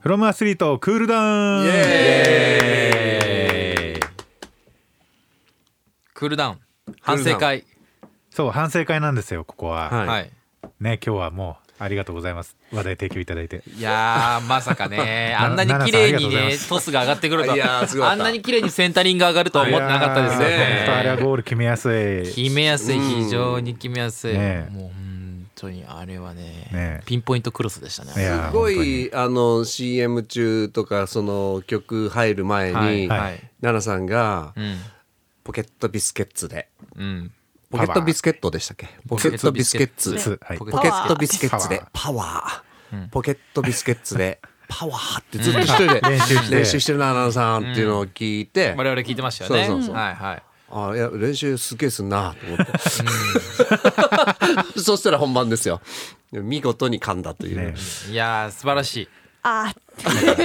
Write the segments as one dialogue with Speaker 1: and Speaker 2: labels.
Speaker 1: フロムアスリートクールダウン
Speaker 2: イ
Speaker 3: エーイクールダウン
Speaker 2: ダウン
Speaker 3: 反省会
Speaker 1: そう反省会なんですよここは、
Speaker 2: は
Speaker 3: はい
Speaker 1: ね今日はもうありがとうございます話題提供いただいて
Speaker 3: いやーまさか ねあんなに綺麗にねトスが上がってくると
Speaker 2: いやーすごか
Speaker 3: はあ
Speaker 2: っ
Speaker 3: ん
Speaker 2: た
Speaker 3: なに綺麗にセンタリング上がるとは思ってなかったですよ
Speaker 1: いやー本当あれは
Speaker 3: ね
Speaker 1: ゴール決めやすい
Speaker 3: 決めやすい
Speaker 2: うん
Speaker 3: 非常に決めやすい
Speaker 1: ねえ
Speaker 3: もう本当にあれは
Speaker 1: ね
Speaker 3: ね
Speaker 1: え
Speaker 3: ピンポイントクロスでした
Speaker 1: い
Speaker 3: ね
Speaker 1: や
Speaker 2: すごいあの CM 中とかその曲入る前に、
Speaker 3: はい
Speaker 1: は
Speaker 3: はい
Speaker 2: 奈良さんが
Speaker 3: うん
Speaker 2: ポケットビスケッツで
Speaker 3: うん
Speaker 2: ポケットビスケットでしたっけポケットビスケッツ
Speaker 1: ツはい
Speaker 2: ポケットビスケッツで
Speaker 1: パワー
Speaker 2: パワーポケットビスケッツでパワーってずっと一人で
Speaker 1: 練習して
Speaker 2: 練習してるな奈良さんっていうのを聞いて、
Speaker 3: 我々聞いてましたよね
Speaker 2: そうそうそう
Speaker 3: はいはい
Speaker 2: あいや練習すげえすんなと思って、 そしたら本番ですよ見事に噛んだという、
Speaker 1: ね
Speaker 3: いやー素晴らしい
Speaker 4: あ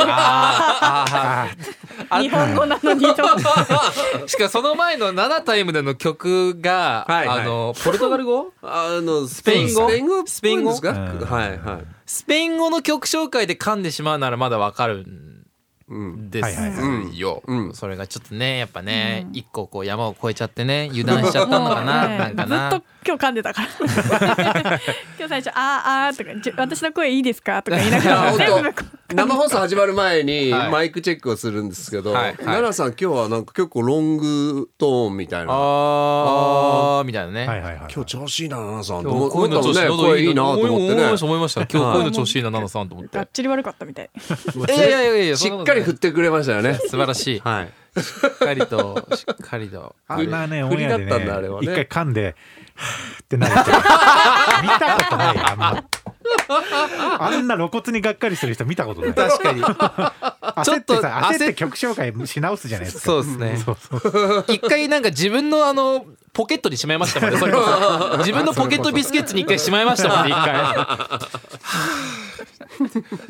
Speaker 3: あーあー
Speaker 4: ー日本語なのにと
Speaker 3: しかもその前の7タイムでの曲が、
Speaker 2: はいはい
Speaker 3: あのポルトガル語
Speaker 2: あのス
Speaker 3: ペイン語
Speaker 2: スペイン語ス
Speaker 3: ス
Speaker 2: ペ
Speaker 3: ペ
Speaker 2: イ
Speaker 3: イ
Speaker 2: ン
Speaker 3: ン
Speaker 2: 語
Speaker 3: 語
Speaker 2: ですか、
Speaker 1: うん
Speaker 2: はいはい
Speaker 3: スペイン語の曲紹介で噛んでしまうならまだわかるん
Speaker 2: うん
Speaker 3: ですよ、
Speaker 1: はいはい
Speaker 2: うん
Speaker 3: それがちょっとねやっぱね、一個こう山を越えちゃってね油断しちゃったのかな、
Speaker 4: ね
Speaker 3: なんかな
Speaker 4: ずっと今日噛んでたから今日最初「あーあー」とかじゅ「私の声いいですか?」とか言いなが
Speaker 2: あ
Speaker 4: ら
Speaker 2: 本
Speaker 4: 全部こ
Speaker 2: 当生放送始まる前に
Speaker 3: はい
Speaker 2: マイクチェックをするんですけど、
Speaker 3: はいはい
Speaker 2: 奈良さん今日はなんか結構ロングトーンみたいな
Speaker 3: あーみたいなね、
Speaker 1: はいはいはい
Speaker 2: 今日調子いいな奈良さんと
Speaker 3: 今
Speaker 2: 思
Speaker 3: 日声
Speaker 2: った
Speaker 3: の
Speaker 2: も
Speaker 3: 調
Speaker 2: ん
Speaker 3: 子
Speaker 2: ね
Speaker 3: 喉
Speaker 2: 声いいなと思ってね
Speaker 3: 思いました思いました今日声の調子いいな奈々さんと思っ
Speaker 4: うがってちり悪かったみたい
Speaker 3: いやいやいやいや
Speaker 2: しっかり振ってくれましたよね
Speaker 3: 素晴らしい、
Speaker 2: はい
Speaker 3: しっかりとしっかりと
Speaker 1: あんなねオ
Speaker 2: 振
Speaker 1: ン
Speaker 2: り
Speaker 1: エアで
Speaker 2: だったんだあれ
Speaker 1: ね
Speaker 2: はね
Speaker 1: 一回噛んではぁってなる人見たことないあんまあんな露骨にがっかりする人見たことない
Speaker 3: 確かに
Speaker 1: 焦って
Speaker 3: ちょっと
Speaker 1: さ焦っ
Speaker 3: 焦
Speaker 1: て
Speaker 3: っ
Speaker 1: 曲紹介し直すじゃないですか
Speaker 3: そうですね
Speaker 1: そうそう
Speaker 3: 一回なんか自分のあのポケットにしまいましたもんねそれこそ自分のポケットビスケッツに一回しまいましたもんね一回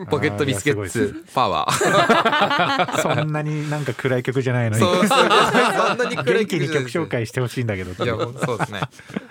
Speaker 3: ポケットビスケッツパワー
Speaker 1: そんなになんか暗い曲じゃないのに
Speaker 3: そうそうそんなに暗い
Speaker 1: 元気に
Speaker 3: じゃな
Speaker 1: 曲
Speaker 3: いです
Speaker 1: 紹介してほしいんだけどって
Speaker 3: いやそうですね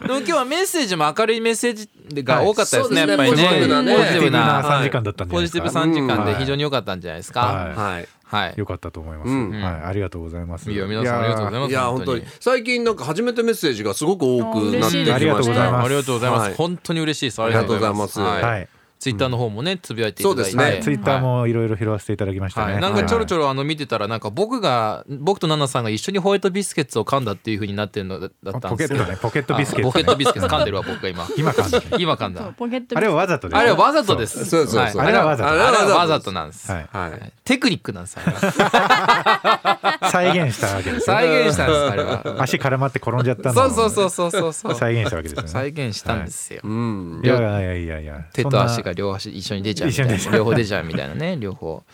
Speaker 3: でも今日はメッセージも明るいメッセージが多かったですね、
Speaker 2: はい
Speaker 3: やっぱりね
Speaker 2: そうですね
Speaker 3: ポ
Speaker 2: ポ
Speaker 3: ジ
Speaker 2: ジ
Speaker 3: ティ
Speaker 2: ティ
Speaker 3: ブ
Speaker 2: ブ
Speaker 1: な
Speaker 3: な
Speaker 1: 3時間だったんじゃ
Speaker 3: ポ
Speaker 1: ない
Speaker 3: ジ
Speaker 1: です
Speaker 3: ティ
Speaker 1: か
Speaker 3: ブ3時間で非常に良かったんじゃないです
Speaker 1: は
Speaker 3: か
Speaker 1: い
Speaker 2: はい
Speaker 3: はい、
Speaker 1: 良かったと思います、
Speaker 2: うん
Speaker 1: はいありがとうございます
Speaker 3: い、や皆さんありがとうございます
Speaker 2: いや本当に最近なんか初めてメッセージがすごく多くなってきまし
Speaker 4: 嬉しいですね
Speaker 2: た
Speaker 4: ありがとうございます
Speaker 3: ありがとうございます、
Speaker 2: はい
Speaker 3: 本当に嬉しいですあ
Speaker 2: あ
Speaker 3: り
Speaker 2: り
Speaker 3: がと
Speaker 2: がと
Speaker 3: う
Speaker 2: う
Speaker 3: ご
Speaker 2: ご
Speaker 3: ざ
Speaker 2: ざ
Speaker 3: いま
Speaker 2: いますす
Speaker 1: はい、
Speaker 3: ツイッターの方もねつぶやいていただいて、
Speaker 2: そうですね
Speaker 1: ツイッターもいろいろ拾わせていただきましたね、
Speaker 3: はい、なんかちょろちょろあの見てたらなんか僕が僕とナナさんが一緒にホワイトビスケッツを噛んだっていう風になってるのだだったん
Speaker 1: ポケ
Speaker 3: です
Speaker 1: ット
Speaker 3: けど
Speaker 1: だねポケットビスケット、
Speaker 3: あポケ
Speaker 1: ね、
Speaker 3: ットビスケッツ噛んでるわ僕が今
Speaker 1: 今噛んだね
Speaker 3: 今噛ん
Speaker 4: そう
Speaker 3: だ
Speaker 4: ポケット
Speaker 1: あれはわざとです
Speaker 3: あれはわざとです
Speaker 2: そうそうそう
Speaker 3: はいあれはわざ
Speaker 1: あ
Speaker 3: と
Speaker 2: れは
Speaker 3: あ
Speaker 2: わざと
Speaker 3: れはわざとなんです、
Speaker 1: はい
Speaker 2: はい
Speaker 3: テクニックなんですあれは
Speaker 1: 再現したわけですよ
Speaker 3: 再現したんですあれは
Speaker 1: 足絡まって転んじゃったの
Speaker 3: そ
Speaker 1: を
Speaker 3: うそうそうそうそうそう
Speaker 1: 再現したわけですよね
Speaker 3: 再現したんですよ、
Speaker 2: うん
Speaker 1: いやいやいやいや
Speaker 3: 手
Speaker 1: そんな
Speaker 3: と足が両足一緒に出ちゃうみたい
Speaker 1: 一緒に出ちゃ
Speaker 3: な
Speaker 1: う
Speaker 3: 両方出ちゃうみたいなね両方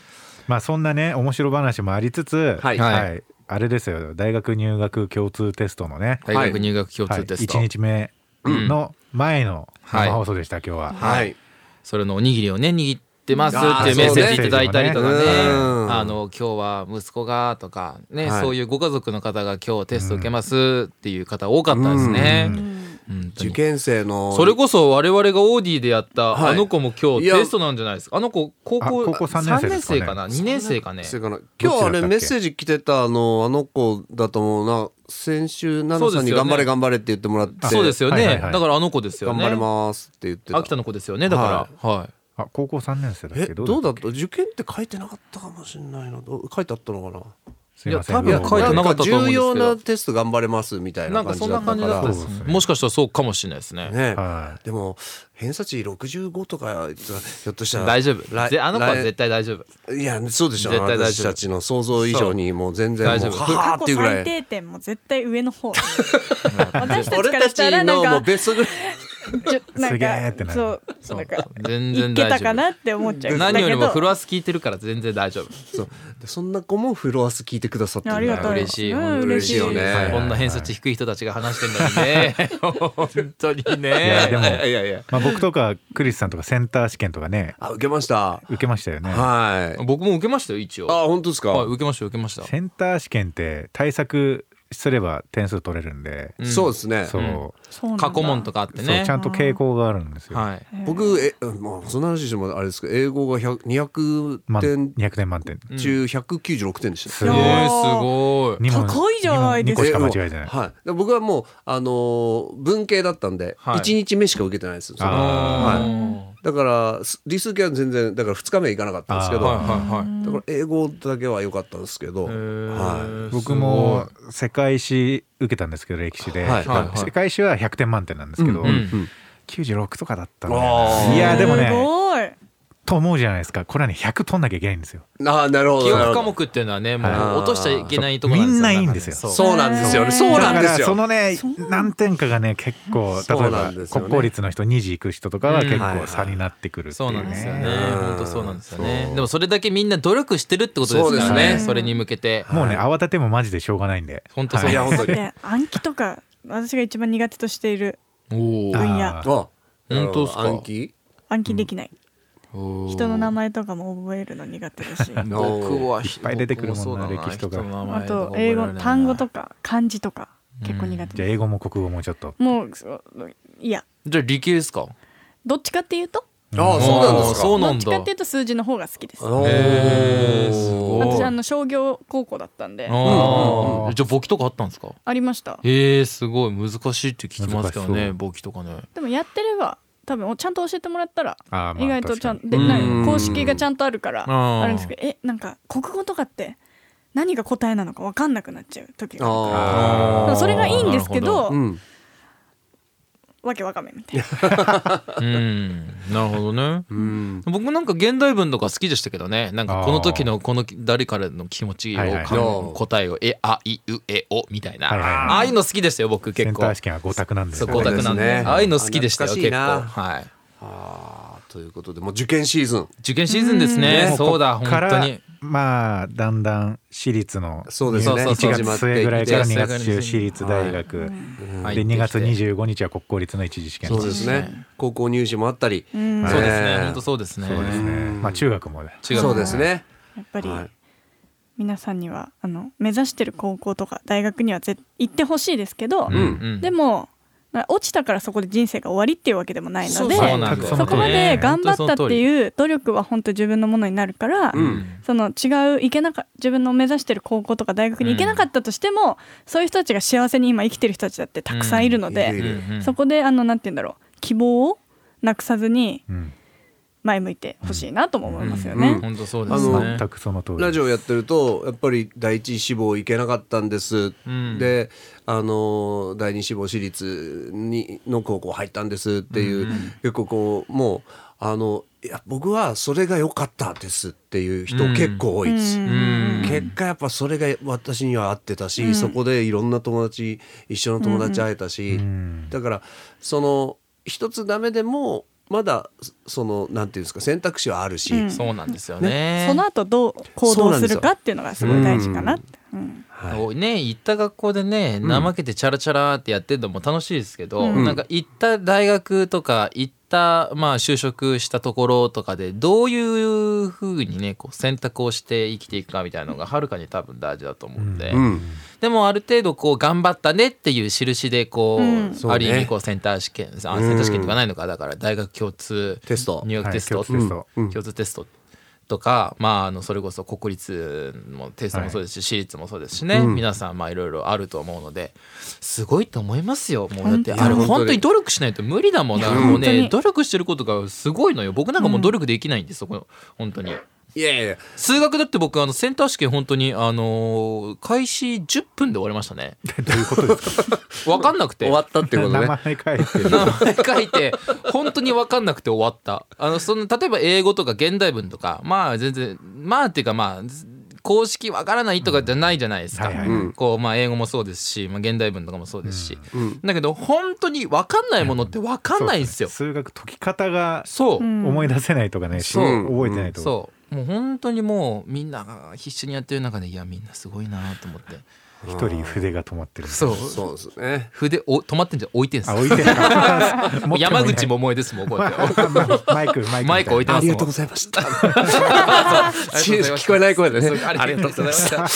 Speaker 1: まあそんなね面白話もありつつ
Speaker 2: はい
Speaker 1: はい、あれですよ大学入学共通テストのね
Speaker 3: 大学入学共
Speaker 1: はい
Speaker 3: 通テスト、
Speaker 1: 1日目の前の
Speaker 3: はい
Speaker 1: 生放送でした、今日は、
Speaker 2: はい
Speaker 3: それのおにぎりをね握ってますっていう
Speaker 2: あー
Speaker 3: メッセー
Speaker 2: そ
Speaker 3: ジ
Speaker 2: う
Speaker 3: い
Speaker 2: ね
Speaker 3: ただいたりとかね
Speaker 2: うん
Speaker 3: あの今日は息子がとかね、
Speaker 2: はい
Speaker 3: そういうご家族の方が今日テスト受けますっていう方多かったですね、本当
Speaker 2: 受
Speaker 3: に
Speaker 2: 験生の
Speaker 3: それこそ我々がオーディでやった
Speaker 2: は
Speaker 3: あ
Speaker 2: い
Speaker 3: の子も今
Speaker 2: い
Speaker 3: 日
Speaker 2: や
Speaker 3: テストなんじゃないですかあの子高校
Speaker 1: あ高校三年生ですかね
Speaker 3: 三かな2年生かね
Speaker 2: それから
Speaker 1: どっ
Speaker 2: 今
Speaker 1: ちだった
Speaker 2: 日あ
Speaker 1: っけ
Speaker 2: れメッセージ来てたあのあの子だと思うな先週奈々さん
Speaker 3: そうです
Speaker 2: に
Speaker 3: よ
Speaker 2: 頑
Speaker 3: ね
Speaker 2: 張れ頑張れって言ってもらって
Speaker 3: そうですよね、
Speaker 1: はいはいはい
Speaker 3: だからあの子ですよ
Speaker 2: 頑
Speaker 3: ね
Speaker 2: 張れますって言ってた
Speaker 3: 秋田の子ですよねだからはい、
Speaker 1: あ高校3年生だっ
Speaker 2: え
Speaker 1: け
Speaker 2: どうだっ
Speaker 1: け
Speaker 2: た受験って書いてなかったかもしれないなどう書いてあったのかな
Speaker 1: すいません
Speaker 3: いや多分書いてなかったと思うんですけど
Speaker 2: ん重要なテスト頑張れますみたい
Speaker 3: な
Speaker 2: なん
Speaker 3: か
Speaker 2: 感
Speaker 3: そ
Speaker 2: じ
Speaker 3: ん
Speaker 2: だ
Speaker 3: な
Speaker 2: った
Speaker 3: 感じ
Speaker 2: か
Speaker 3: だった
Speaker 2: ら
Speaker 3: ですねもしかしたらそうかもしれないですね
Speaker 2: ね
Speaker 1: は
Speaker 2: でも偏差値65とかひょっとしたら
Speaker 3: 大丈夫
Speaker 2: 来
Speaker 3: ぜあの子は
Speaker 2: 来
Speaker 3: 絶対大丈夫
Speaker 2: いやそうでしょ
Speaker 3: 絶対大丈夫
Speaker 2: 私たちの想像以上にもう全然も
Speaker 3: そうう大丈夫
Speaker 2: は
Speaker 4: 過
Speaker 2: ーってい
Speaker 4: 去
Speaker 2: うぐら
Speaker 4: 最
Speaker 2: い
Speaker 4: 低点も絶対上の方私たち
Speaker 2: 俺
Speaker 4: から
Speaker 2: た
Speaker 4: した
Speaker 2: ち
Speaker 4: ら
Speaker 2: の
Speaker 4: な
Speaker 2: もうん
Speaker 4: か
Speaker 2: ベストぐらい
Speaker 4: ちょなん
Speaker 1: すげ
Speaker 4: か
Speaker 1: ーってなる
Speaker 4: そう
Speaker 3: そう
Speaker 4: なんか
Speaker 3: 全
Speaker 4: い
Speaker 3: 然
Speaker 4: け
Speaker 3: 大
Speaker 4: た
Speaker 3: 丈
Speaker 4: か
Speaker 3: 夫
Speaker 4: なって思っちゃう
Speaker 3: 何よりも
Speaker 4: だけ
Speaker 3: フ
Speaker 4: ど
Speaker 3: ロアス聞いてるから全然大丈夫
Speaker 2: そうでそんな子もフロアス聞いてくださってるんだよ
Speaker 4: ありがたい
Speaker 3: 嬉しい
Speaker 4: うん
Speaker 3: 本当に
Speaker 2: 嬉しいよね
Speaker 3: はいこんな偏差値低い人たちが話 してんだにね本当に
Speaker 1: いやでも
Speaker 3: ね
Speaker 2: いやいや
Speaker 1: まあ、僕とかクリスさんとかセンター試験とかね
Speaker 2: あ受けました
Speaker 1: 受けましたよね、
Speaker 2: はい
Speaker 3: 僕も受けましたよ一応
Speaker 2: あ本当ですか
Speaker 3: はい受けましたよ受けました
Speaker 1: センター試験って対策すれば点数取れるんで、
Speaker 3: うん
Speaker 2: そうですね。
Speaker 1: そう,、
Speaker 3: うん
Speaker 4: そうなんだ
Speaker 3: 過去問とかあって
Speaker 1: そう
Speaker 3: ね
Speaker 1: ちゃんと傾向があるんですよ、
Speaker 3: はい
Speaker 4: へー
Speaker 2: 僕えまあそんな話してもあれですけど英語が100 200
Speaker 1: まあ、
Speaker 2: 点
Speaker 1: 200点満点
Speaker 2: 中196点でしたね。
Speaker 1: す
Speaker 3: え
Speaker 1: ごい
Speaker 3: ー、すごい
Speaker 1: 二問
Speaker 4: 高いじゃないですか
Speaker 1: 二問二個しか間違えてない、
Speaker 2: はい、だから僕はもう、あのー文系だったんで、
Speaker 3: はい
Speaker 2: 一日目しか受けてないんですよ。その
Speaker 1: あ
Speaker 2: はだからす理数系は全然だから2日目行かなかったんですけ
Speaker 3: ー
Speaker 2: ど、
Speaker 3: はいはいはい
Speaker 2: だから英語だけは良かったんですけど、
Speaker 3: え
Speaker 2: は
Speaker 3: ー
Speaker 1: 僕も世界史受けたんですけど歴史で、
Speaker 2: はい
Speaker 1: まあ
Speaker 3: はいはい
Speaker 1: 世界史は100点満点なんですけど、
Speaker 2: うんいうん
Speaker 1: 96とかだったん
Speaker 2: あー
Speaker 1: でいやでも
Speaker 4: す
Speaker 1: ね
Speaker 4: ごい
Speaker 1: と思うじゃないですかこれはね100取んなきゃいけないんですよ
Speaker 2: ああなるほど
Speaker 3: 記
Speaker 2: なる
Speaker 3: 憶科
Speaker 2: ほど
Speaker 3: 目っていうのはねも
Speaker 1: はいう
Speaker 3: 落としちゃいけないところ
Speaker 1: みんないいんですよ
Speaker 3: そう
Speaker 2: そうなんですよ
Speaker 4: へー
Speaker 2: ねそうなんで
Speaker 1: だ
Speaker 2: す
Speaker 1: からそ
Speaker 2: よ
Speaker 1: のね
Speaker 4: そうなんだ
Speaker 1: 何点かがね結構
Speaker 2: そ
Speaker 1: 例え
Speaker 2: うな
Speaker 1: ば
Speaker 2: んですよね
Speaker 1: 国公立の人2時行く人とかは結
Speaker 2: うん
Speaker 1: 構差になってくるってい
Speaker 3: そう
Speaker 1: う
Speaker 3: なんですよね
Speaker 1: ね。
Speaker 3: 本当そうなんですよね
Speaker 2: そう
Speaker 3: でもそれだけみんな努力してるってことですから
Speaker 2: そうです
Speaker 3: ね
Speaker 2: ね
Speaker 3: それに向けて
Speaker 1: もうね
Speaker 2: は
Speaker 1: 慌ててもマジでしょうがないんで
Speaker 3: 本当そう
Speaker 1: はい
Speaker 2: いや本当に
Speaker 4: で暗記とか私が一番苦手としている
Speaker 3: おお
Speaker 4: 分野
Speaker 1: あー
Speaker 2: あ
Speaker 3: 本当っすか
Speaker 2: 暗記
Speaker 4: 暗記できない、人の名
Speaker 3: 前
Speaker 4: 前とかも覚えるの苦手 だし
Speaker 3: 僕はい
Speaker 1: っぱい出てくるもんな歴史とか
Speaker 3: 人の名
Speaker 4: あ
Speaker 3: 前
Speaker 4: と英語単語と
Speaker 3: か
Speaker 4: か漢字とか結構苦手
Speaker 1: じゃあ
Speaker 4: で
Speaker 1: 英語も国語もちょっと
Speaker 4: すもうそういや
Speaker 3: じゃあ理系ですか
Speaker 4: どっちかっていうと
Speaker 2: ああそうなんですか
Speaker 3: そう
Speaker 4: ど
Speaker 3: な
Speaker 4: っ
Speaker 3: ん
Speaker 4: ちか
Speaker 3: だ
Speaker 4: っていうと数字の方が好きです
Speaker 2: お
Speaker 3: へーすごい
Speaker 4: 私あの商業高校だったんで
Speaker 3: あーじゃあ簿記とかあったんですか
Speaker 4: ありました
Speaker 3: えー、すごい難しいって聞きますけ
Speaker 1: 難し
Speaker 3: ど
Speaker 1: そ
Speaker 3: ね
Speaker 1: う
Speaker 3: 簿記とかね
Speaker 4: でもやってれば多分ちゃんと教えてもらったら
Speaker 1: あーまあ
Speaker 4: 意外とちゃん
Speaker 1: 確
Speaker 4: で
Speaker 3: うん
Speaker 4: なんか公式がちゃんとあるから
Speaker 3: うん
Speaker 4: あるんですけどえなんか国語とかって何が答えなのか分かんなくなっちゃう時があるか
Speaker 2: あ
Speaker 4: らでもそれがいいんですけど
Speaker 2: あうん
Speaker 4: わけわかめみたいな
Speaker 3: うんなるほどね
Speaker 2: うん
Speaker 3: 僕なんか現代文とか好きでしたけどねなんかこの時のこの誰からの気持ちを
Speaker 1: はいはい
Speaker 3: 考え答えを「えあいうえお」みたいな、
Speaker 1: はいはいはい
Speaker 3: ああいうの好きでしたよ僕
Speaker 1: セ
Speaker 3: 結
Speaker 1: ンタ
Speaker 3: 構
Speaker 1: ー試験は5択なんで
Speaker 3: そ
Speaker 1: す
Speaker 3: う五択なんで
Speaker 2: そうですね
Speaker 3: ああいうの好きでしたよ結
Speaker 2: 懐
Speaker 3: 構
Speaker 2: かしいな
Speaker 3: はい
Speaker 2: あーということでもう受験シーズン
Speaker 3: 受験シーズンですね、
Speaker 1: も
Speaker 3: そうだ
Speaker 1: こ
Speaker 3: 本
Speaker 1: っから
Speaker 3: 当に
Speaker 1: まあだんだん私立の
Speaker 2: そうですね
Speaker 1: 1
Speaker 2: 始まっ
Speaker 1: 月
Speaker 2: てい
Speaker 1: 末
Speaker 2: って
Speaker 1: ぐらいから2
Speaker 3: そ
Speaker 1: 月
Speaker 3: うそう
Speaker 1: 中私立大学、
Speaker 3: はい
Speaker 1: で2月
Speaker 3: 入ってきて
Speaker 1: 25日は国公立の一次試験
Speaker 2: そうですね高校入試もあったり
Speaker 4: うん
Speaker 3: そうです
Speaker 2: ね
Speaker 3: ね
Speaker 2: え
Speaker 3: 本当そうですね
Speaker 1: そうですねまあ中学もね
Speaker 3: 違う
Speaker 2: そうですね
Speaker 4: やっぱり
Speaker 2: はい
Speaker 4: 皆さんにはあの目指してる高校とか大学にはぜ行ってほしいですけど、
Speaker 3: うん、
Speaker 2: う
Speaker 3: うん、
Speaker 4: でもまあ落ちたからそこで人生が終わりっていうわけでもないので
Speaker 1: そうそ
Speaker 3: な
Speaker 1: う
Speaker 3: んだ
Speaker 1: 全
Speaker 3: よ
Speaker 1: く
Speaker 4: そこまで頑張ったって
Speaker 3: ね
Speaker 4: いう努力は本当自分のものになるから、
Speaker 2: うん
Speaker 4: その違う行けなか自分の目指してる高校とか大学に行けなかったとしても、そういう人たちが幸せに今生きてる人たちだってたくさんいるの
Speaker 2: うんい
Speaker 4: で、
Speaker 2: る
Speaker 3: うんうん
Speaker 4: そこであのなんて言うんだろう希望をなくさずに
Speaker 1: うん
Speaker 4: 前向いてほしいなとも思いますよ
Speaker 2: うん
Speaker 4: ね。
Speaker 3: 本当そうですね
Speaker 1: 全くその通り
Speaker 2: ラジオやってるとやっぱり第一志望行けなかったんです、
Speaker 3: うん
Speaker 2: であの第二志望私立にの高校入ったんですっていう、結構こうもうあのいや僕はそれが良かったですっていう人
Speaker 3: うん
Speaker 2: 結構多いです。
Speaker 3: うん
Speaker 2: 結果やっぱそれが私には合ってたし、そこでいろんな友達一緒の友達会えたし、
Speaker 1: ん
Speaker 2: だからその一つダメでもまだそのなんていうんですか選択肢はあるし、
Speaker 4: うん
Speaker 3: そうなんですよね
Speaker 4: その後どう行動するかっていうのがすごい大事かなって。うん
Speaker 2: はい
Speaker 3: ね行った学校でね怠けてチャラチャラってやってるのも楽しいですけど、
Speaker 4: うん
Speaker 3: なんか行った大学とか行ったまあ就職したところとかでどういうふうにねこう選択をして生きていくかみたいなのがはるかに多分大事だと思うんで、
Speaker 2: うん
Speaker 3: でもある程度こう頑張ったねっていう印でこう、
Speaker 4: うん
Speaker 2: そうね
Speaker 3: ある意味こうセンター試験あセンター試験とかないのかだから大学共通
Speaker 2: テスト
Speaker 3: 入学テスト、
Speaker 1: はい共通テスト
Speaker 2: うん
Speaker 3: 共通テストとか、まあ、あのそれこそ国立もテストもそうですし、私立もそうですしね、
Speaker 2: うん
Speaker 3: 皆さんまあいろいろあると思うのですごいと思いますよもうだって
Speaker 4: 本
Speaker 2: 当
Speaker 3: あれ
Speaker 2: いや
Speaker 3: 本当に努力しないと無理だもんな
Speaker 4: うん
Speaker 3: もう
Speaker 4: 本当
Speaker 3: ね
Speaker 4: に
Speaker 3: 努力してることがすごいのよ僕なんかもう努力できないんですよ、この本当に。
Speaker 2: いやいやいや
Speaker 3: 数学だって僕あのセンター試験本当にあのー開始10分で終わりましたね
Speaker 1: どういうことですか
Speaker 3: 分かんなくて
Speaker 2: 終わったっていうこと
Speaker 1: 名
Speaker 2: ね
Speaker 1: 前書いてる
Speaker 3: 名前書いて本当に分かんなくて終わったあのその例えば英語とか現代文とかまあ全然まあっていうかまあず公式分からないとかじゃないじゃないですか、
Speaker 1: はいはい
Speaker 2: うん
Speaker 3: こうまあ英語もそうですし、まあ、現代文とかもそうですし、
Speaker 2: うん
Speaker 3: だけど本当に分かんないものって分かんないんですよ、
Speaker 1: 数学解き方が
Speaker 3: そう、
Speaker 4: うん
Speaker 1: 思い出せないとかね、
Speaker 3: そう
Speaker 1: 覚えてないとか
Speaker 3: そうもう本当にもうみんなが必死にやってる中でいやみんなすごいなと思って
Speaker 1: 一人筆が止まってる
Speaker 3: そう
Speaker 2: そうですね。
Speaker 3: 筆お止まってんじゃん置いてんす
Speaker 1: あ
Speaker 3: よ
Speaker 1: 置いてる
Speaker 3: 山口
Speaker 1: も
Speaker 3: 桃江ですもんこうやって
Speaker 1: マイクマイク
Speaker 3: マイク置いて
Speaker 2: あ
Speaker 3: ます
Speaker 2: り
Speaker 3: もん
Speaker 2: がとうございました。
Speaker 3: ありがとうございました
Speaker 2: 聞こえない声でね
Speaker 3: そうありがとうございました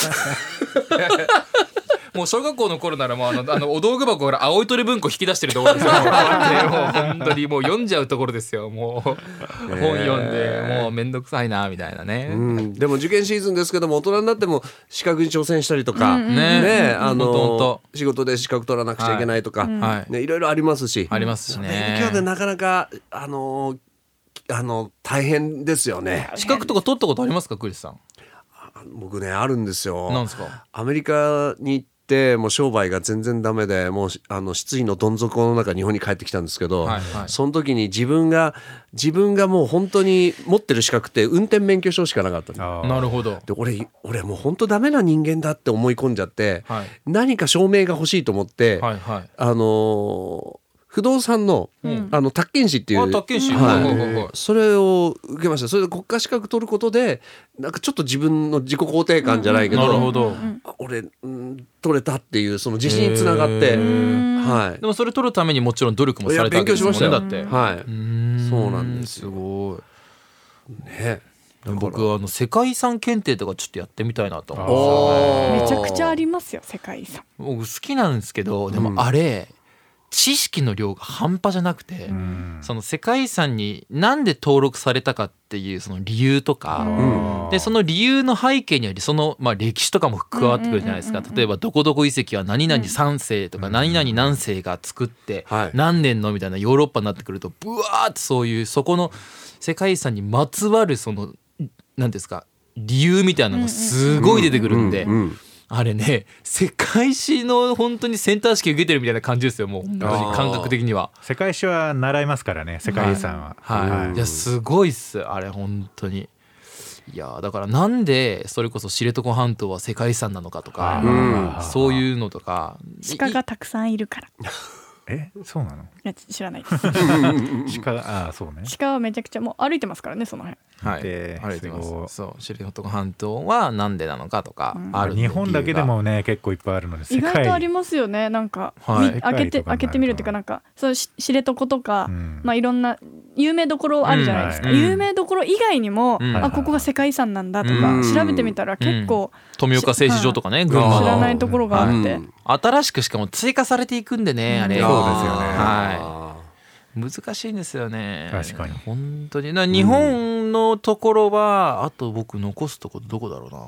Speaker 3: もう小学校の頃ならもうあのあのお道具箱から青い鳥文庫引き出してるところですよ。もう本当にもう読んじゃうところですよ。もう本読んでもうめんどくさいなみたいなね。
Speaker 2: うん、でも受験シーズンですけども大人になっても資格に挑戦したりとか、ね
Speaker 3: ね
Speaker 2: あ
Speaker 3: ほんとほん
Speaker 2: の
Speaker 3: と
Speaker 2: 仕事で資格取らなくちゃいけないとか、い
Speaker 3: はい
Speaker 2: ね、いろいろありますし
Speaker 3: ありますしね
Speaker 2: 勉強でなかなかあのーあの大変ですよね
Speaker 3: 資格とか取ったことありますかクリスさん。
Speaker 2: あ僕ねあるんですよ
Speaker 3: なんですか
Speaker 2: アメリカに行ってもう商売が全然ダメでもうあの失意のどん底の中日本に帰ってきたんですけど、
Speaker 3: はいはい
Speaker 2: その時に自分が自分がもう本当に持ってる資格って運転免許証しかなかったの
Speaker 1: あー
Speaker 3: なるほど。
Speaker 2: で俺俺もう本当ダメな人間だって思い込んじゃって、
Speaker 3: はい
Speaker 2: 何か証明が欲しいと思って、
Speaker 3: はいはい。
Speaker 2: あのー不動産の、あの宅建士っていう
Speaker 3: あ、宅建士。
Speaker 2: はい
Speaker 3: はいはいはい
Speaker 2: それを受けましたそれで国家資格取ることでなんかちょっと自分の自己肯定感じゃないけど,、
Speaker 3: なるほど。
Speaker 2: 俺、うん、取れたっていうその自信につながって
Speaker 3: へー
Speaker 2: は
Speaker 3: でもそれ取るためにもちろん努力もされたわけですもん
Speaker 2: い
Speaker 3: ね
Speaker 2: や
Speaker 3: だっ
Speaker 2: 勉
Speaker 3: て。
Speaker 2: 強い、は
Speaker 3: う
Speaker 2: い
Speaker 3: ー
Speaker 2: そうなんです
Speaker 3: すごい。
Speaker 2: ね
Speaker 3: 僕はあの世界遺産検定とかちょっとやってみたいなと思って
Speaker 2: おー
Speaker 4: めちゃくちゃありますよ世界遺産
Speaker 3: 僕好きなんですけどでもあれ、知識の量が半端じゃなくて、
Speaker 1: うん
Speaker 3: その世界遺産になんで登録されたかっていうその理由とか、
Speaker 1: うん
Speaker 3: でその理由の背景によりその、まあ、歴史とかも加わってくるじゃないですか、例えばどこどこ遺跡は何々三世とか何々何世が作って
Speaker 2: はい
Speaker 3: 何年のみたいなヨーロッパになってくるとブワーってそういうそこの世界遺産にまつわるその何ですか理由みたいなのがすごい出てくるんで。
Speaker 2: うんうん
Speaker 3: あれね世界史の本当にセンター試験受けてるみたいな感じですよもう本当に感覚的には
Speaker 1: 世界史は習いますからね世界遺産は、
Speaker 3: はい、
Speaker 1: はい
Speaker 3: い、やすごいっすあれ本当にいやーだからなんでそれこそ知床半島は世界遺産なのかとか、
Speaker 2: ん
Speaker 3: そういうのとか
Speaker 4: 鹿が
Speaker 3: い
Speaker 4: たくさんいるからい
Speaker 1: えそうなの
Speaker 4: や知らないです
Speaker 1: 鹿ああそうね
Speaker 4: 鹿はめちゃくちゃもう歩いてますからねその辺
Speaker 3: はい
Speaker 1: で
Speaker 3: ありがとうございます
Speaker 1: す
Speaker 3: そう知床半島はなんでなのかとか、ある
Speaker 1: 日本だけでもね結構いっぱいあるので
Speaker 4: 意
Speaker 1: 世界
Speaker 4: 外とありますよねなんか、
Speaker 3: はい
Speaker 4: み開け
Speaker 1: 世界とかに
Speaker 4: て
Speaker 1: なると
Speaker 4: 開けてみるっていうかなんかそうし知床とか、
Speaker 1: うん
Speaker 4: まあいろんな有名どころあるじゃないですか、
Speaker 1: うん
Speaker 3: はい
Speaker 4: 有名どころ以外にも、
Speaker 3: うん
Speaker 4: あここが世界遺産なんだと
Speaker 2: う
Speaker 4: か
Speaker 2: ん
Speaker 4: 調べてみたら結構
Speaker 3: 富岡製糸場とかね、群馬
Speaker 2: あ
Speaker 3: の
Speaker 2: ー
Speaker 4: 知らないところがあって、
Speaker 2: うん
Speaker 3: 新しくしかも追加されていくんでね、あ
Speaker 1: そうで
Speaker 3: れ
Speaker 1: すよね
Speaker 3: はい難しいんですよね
Speaker 1: 確かに
Speaker 3: 本当にな日本のところは、あと僕残すとこどこだろうな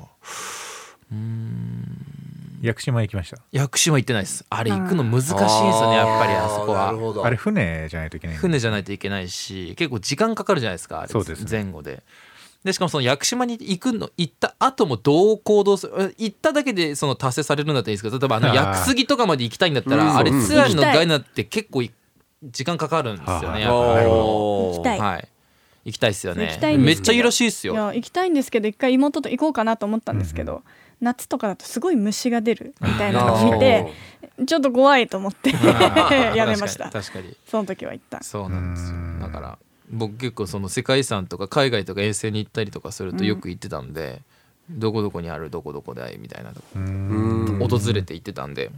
Speaker 1: 屋久島行きました
Speaker 3: 屋久島行ってないですあれ行くの難しいですよねやっぱりあそこ
Speaker 2: な
Speaker 3: は
Speaker 2: るほど
Speaker 1: あれ船じゃないといけないんだ
Speaker 3: 船じゃないといけないし結構時間かかるじゃないですかあれ
Speaker 1: そうですね
Speaker 3: 前後で。でしかもその屋久島に行くの行った後もどう行動する行っただけでその達成されるんだったらいいですけど例えばあの
Speaker 1: あー
Speaker 3: 屋久杉とかまで行きたいんだった
Speaker 2: うん
Speaker 3: らあれ
Speaker 2: うん
Speaker 3: ツアーの
Speaker 4: 行きた
Speaker 3: ガ
Speaker 4: い
Speaker 3: イドになって結構い時間かかるんですよねやっぱ
Speaker 1: なるほ
Speaker 2: おー
Speaker 4: 行きたい
Speaker 3: はい。行きたいですよね。
Speaker 4: 行きたいん
Speaker 3: め
Speaker 4: で
Speaker 3: っ
Speaker 4: すけど
Speaker 3: ちゃいいらしいです
Speaker 4: い
Speaker 3: よ。
Speaker 4: や行きたいんですけど一回妹と行こうかなと思ったんですけど、夏とかだとすごい虫が出るみたいなのを見てちょっと怖いと思って やめました
Speaker 3: 確かに確かに
Speaker 4: その時は一旦
Speaker 3: そうなんですよ
Speaker 1: うん。
Speaker 3: だから僕結構その世界遺産とか海外とか遠征に行ったりとかするとよく行ってたんで、どこどこにあるどこどこだいみたいなとこ
Speaker 1: う
Speaker 2: うんん
Speaker 3: 訪れて行ってたんで。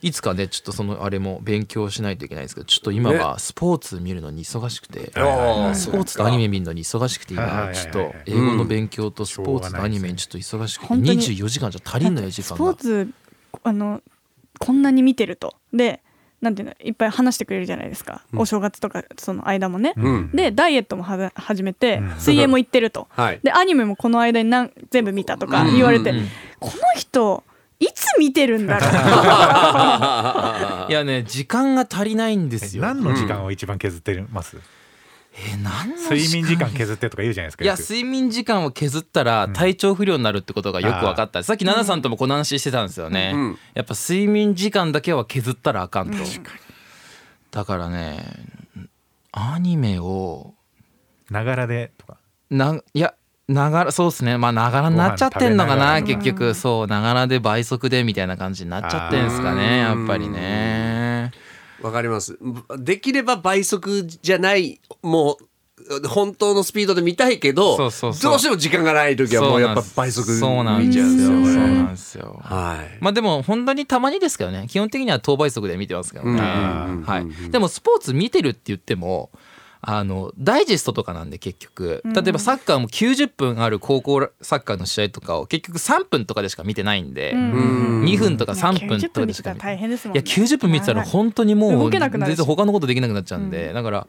Speaker 3: いつかねちょっとそのあれも勉強しないといけないんですけどちょっと今はスポーツ見るのに忙しくて、
Speaker 2: あー
Speaker 3: スポーツとアニメ見るのに忙しくて
Speaker 1: はい
Speaker 3: 今
Speaker 1: はいはい
Speaker 3: ちょっと英語の勉強とスポーツとアニメにちょっと忙しくて24時間じゃ足りんのよ時
Speaker 4: ス
Speaker 3: 間
Speaker 4: ポ
Speaker 3: が
Speaker 4: ー。ツあのこんなに見てるとでなんていうのいっぱい話してくれるじゃないですか、お正月とかその間もね、
Speaker 2: うん
Speaker 4: でダイエットもはじ始めて、
Speaker 1: うん
Speaker 4: 水泳も行ってると、
Speaker 2: はい
Speaker 4: でアニメもこの間に何全部見たとか言われて、
Speaker 3: うんうんうん
Speaker 4: この人いつ見てるんだろう
Speaker 3: いやね時間が足りないんですよ。
Speaker 1: 何の時間を一番削ってます、
Speaker 3: え何の
Speaker 1: 睡眠時間削ってとか言うじゃないですか
Speaker 3: いや
Speaker 1: よく
Speaker 3: 睡眠時間を削ったら体調不良になるってことがよく分かった、さっき奈々さんともこの話してたんですよね、
Speaker 2: うん
Speaker 3: やっぱ睡眠時間だけは削ったらあかんと、だからねアニメを
Speaker 1: ながらでとか
Speaker 3: ないやながらそうですねまあながらになっちゃってんのか
Speaker 1: ご
Speaker 3: な
Speaker 1: 飯食べながら
Speaker 3: 結局そうながらで倍速でみたいな感じになっちゃってんすかね
Speaker 2: あ
Speaker 3: や
Speaker 2: ー
Speaker 3: っぱりね
Speaker 2: わかります。できれば倍速じゃない、もう、本当のスピードで見たいけど、
Speaker 3: そうそうそう
Speaker 2: どうしても時間がない時はもうやっぱ倍速
Speaker 3: そうなん
Speaker 2: 見
Speaker 3: です
Speaker 2: ちゃ
Speaker 3: よ
Speaker 2: うんです
Speaker 3: そう
Speaker 2: よね。
Speaker 3: なんですよ
Speaker 2: はい。
Speaker 3: まあでも本当にたまにですけどね基本的には等倍速で見てますけどね、
Speaker 2: うん
Speaker 1: あ
Speaker 3: はい、でもスポーツ見てるって言ってもあのダイジェストとかなんで結局
Speaker 4: うん
Speaker 3: 例えばサッカーも90分ある高校サッカーの試合とかを結局3分とかでしか見てないんで、
Speaker 2: うん
Speaker 3: 2分とか3分
Speaker 4: 90
Speaker 3: とかで
Speaker 4: 分見
Speaker 3: してか
Speaker 4: たら
Speaker 3: 見て
Speaker 4: 大変ですもん
Speaker 3: い
Speaker 4: ね
Speaker 3: や90分見てたら
Speaker 4: 長い
Speaker 3: 本当にも
Speaker 4: 動
Speaker 3: う
Speaker 4: けなくなるし
Speaker 3: 全然他のことできなくなっちゃうんで、
Speaker 4: う
Speaker 3: だから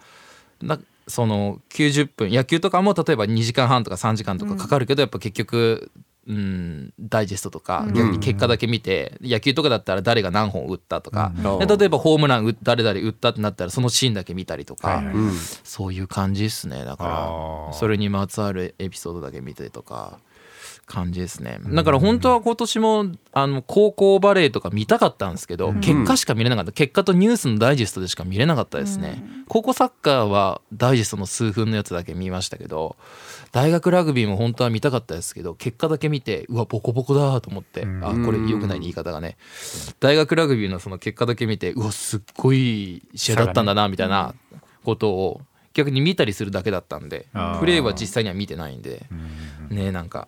Speaker 3: なその90分野球とかも例えば2時間半とか3時間とかかかるけど、やっぱ結局、うん、ダイジェストとか、
Speaker 4: うん
Speaker 3: 逆に結果だけ見て野球とかだったら誰が何本打ったとか、
Speaker 2: うん
Speaker 3: で例えばホームラン打誰々打ったってなったらそのシーンだけ見たりとか、
Speaker 1: はいはい
Speaker 2: うん
Speaker 3: そういう感じですねだか
Speaker 1: あー
Speaker 3: らそれにまつわるエピソードだけ見てとか。感じですねだから本当は今年もあの高校バレーとか見たかったんですけど、結果しか見れなかった結果とニュースのダイジェストでしか見れなかったですね、高校サッカーはダイジェストの数分のやつだけ見ましたけど大学ラグビーも本当は見たかったですけど結果だけ見てうわボコボコだと思って、
Speaker 1: うん
Speaker 3: あこれ良くないね言い方がね大学ラグビーのその結果だけ見てうわすっごい試合だったんだなみたいなことを逆に見たりするだけだったんで
Speaker 1: あー
Speaker 3: プレーは実際には見てないんでねなんか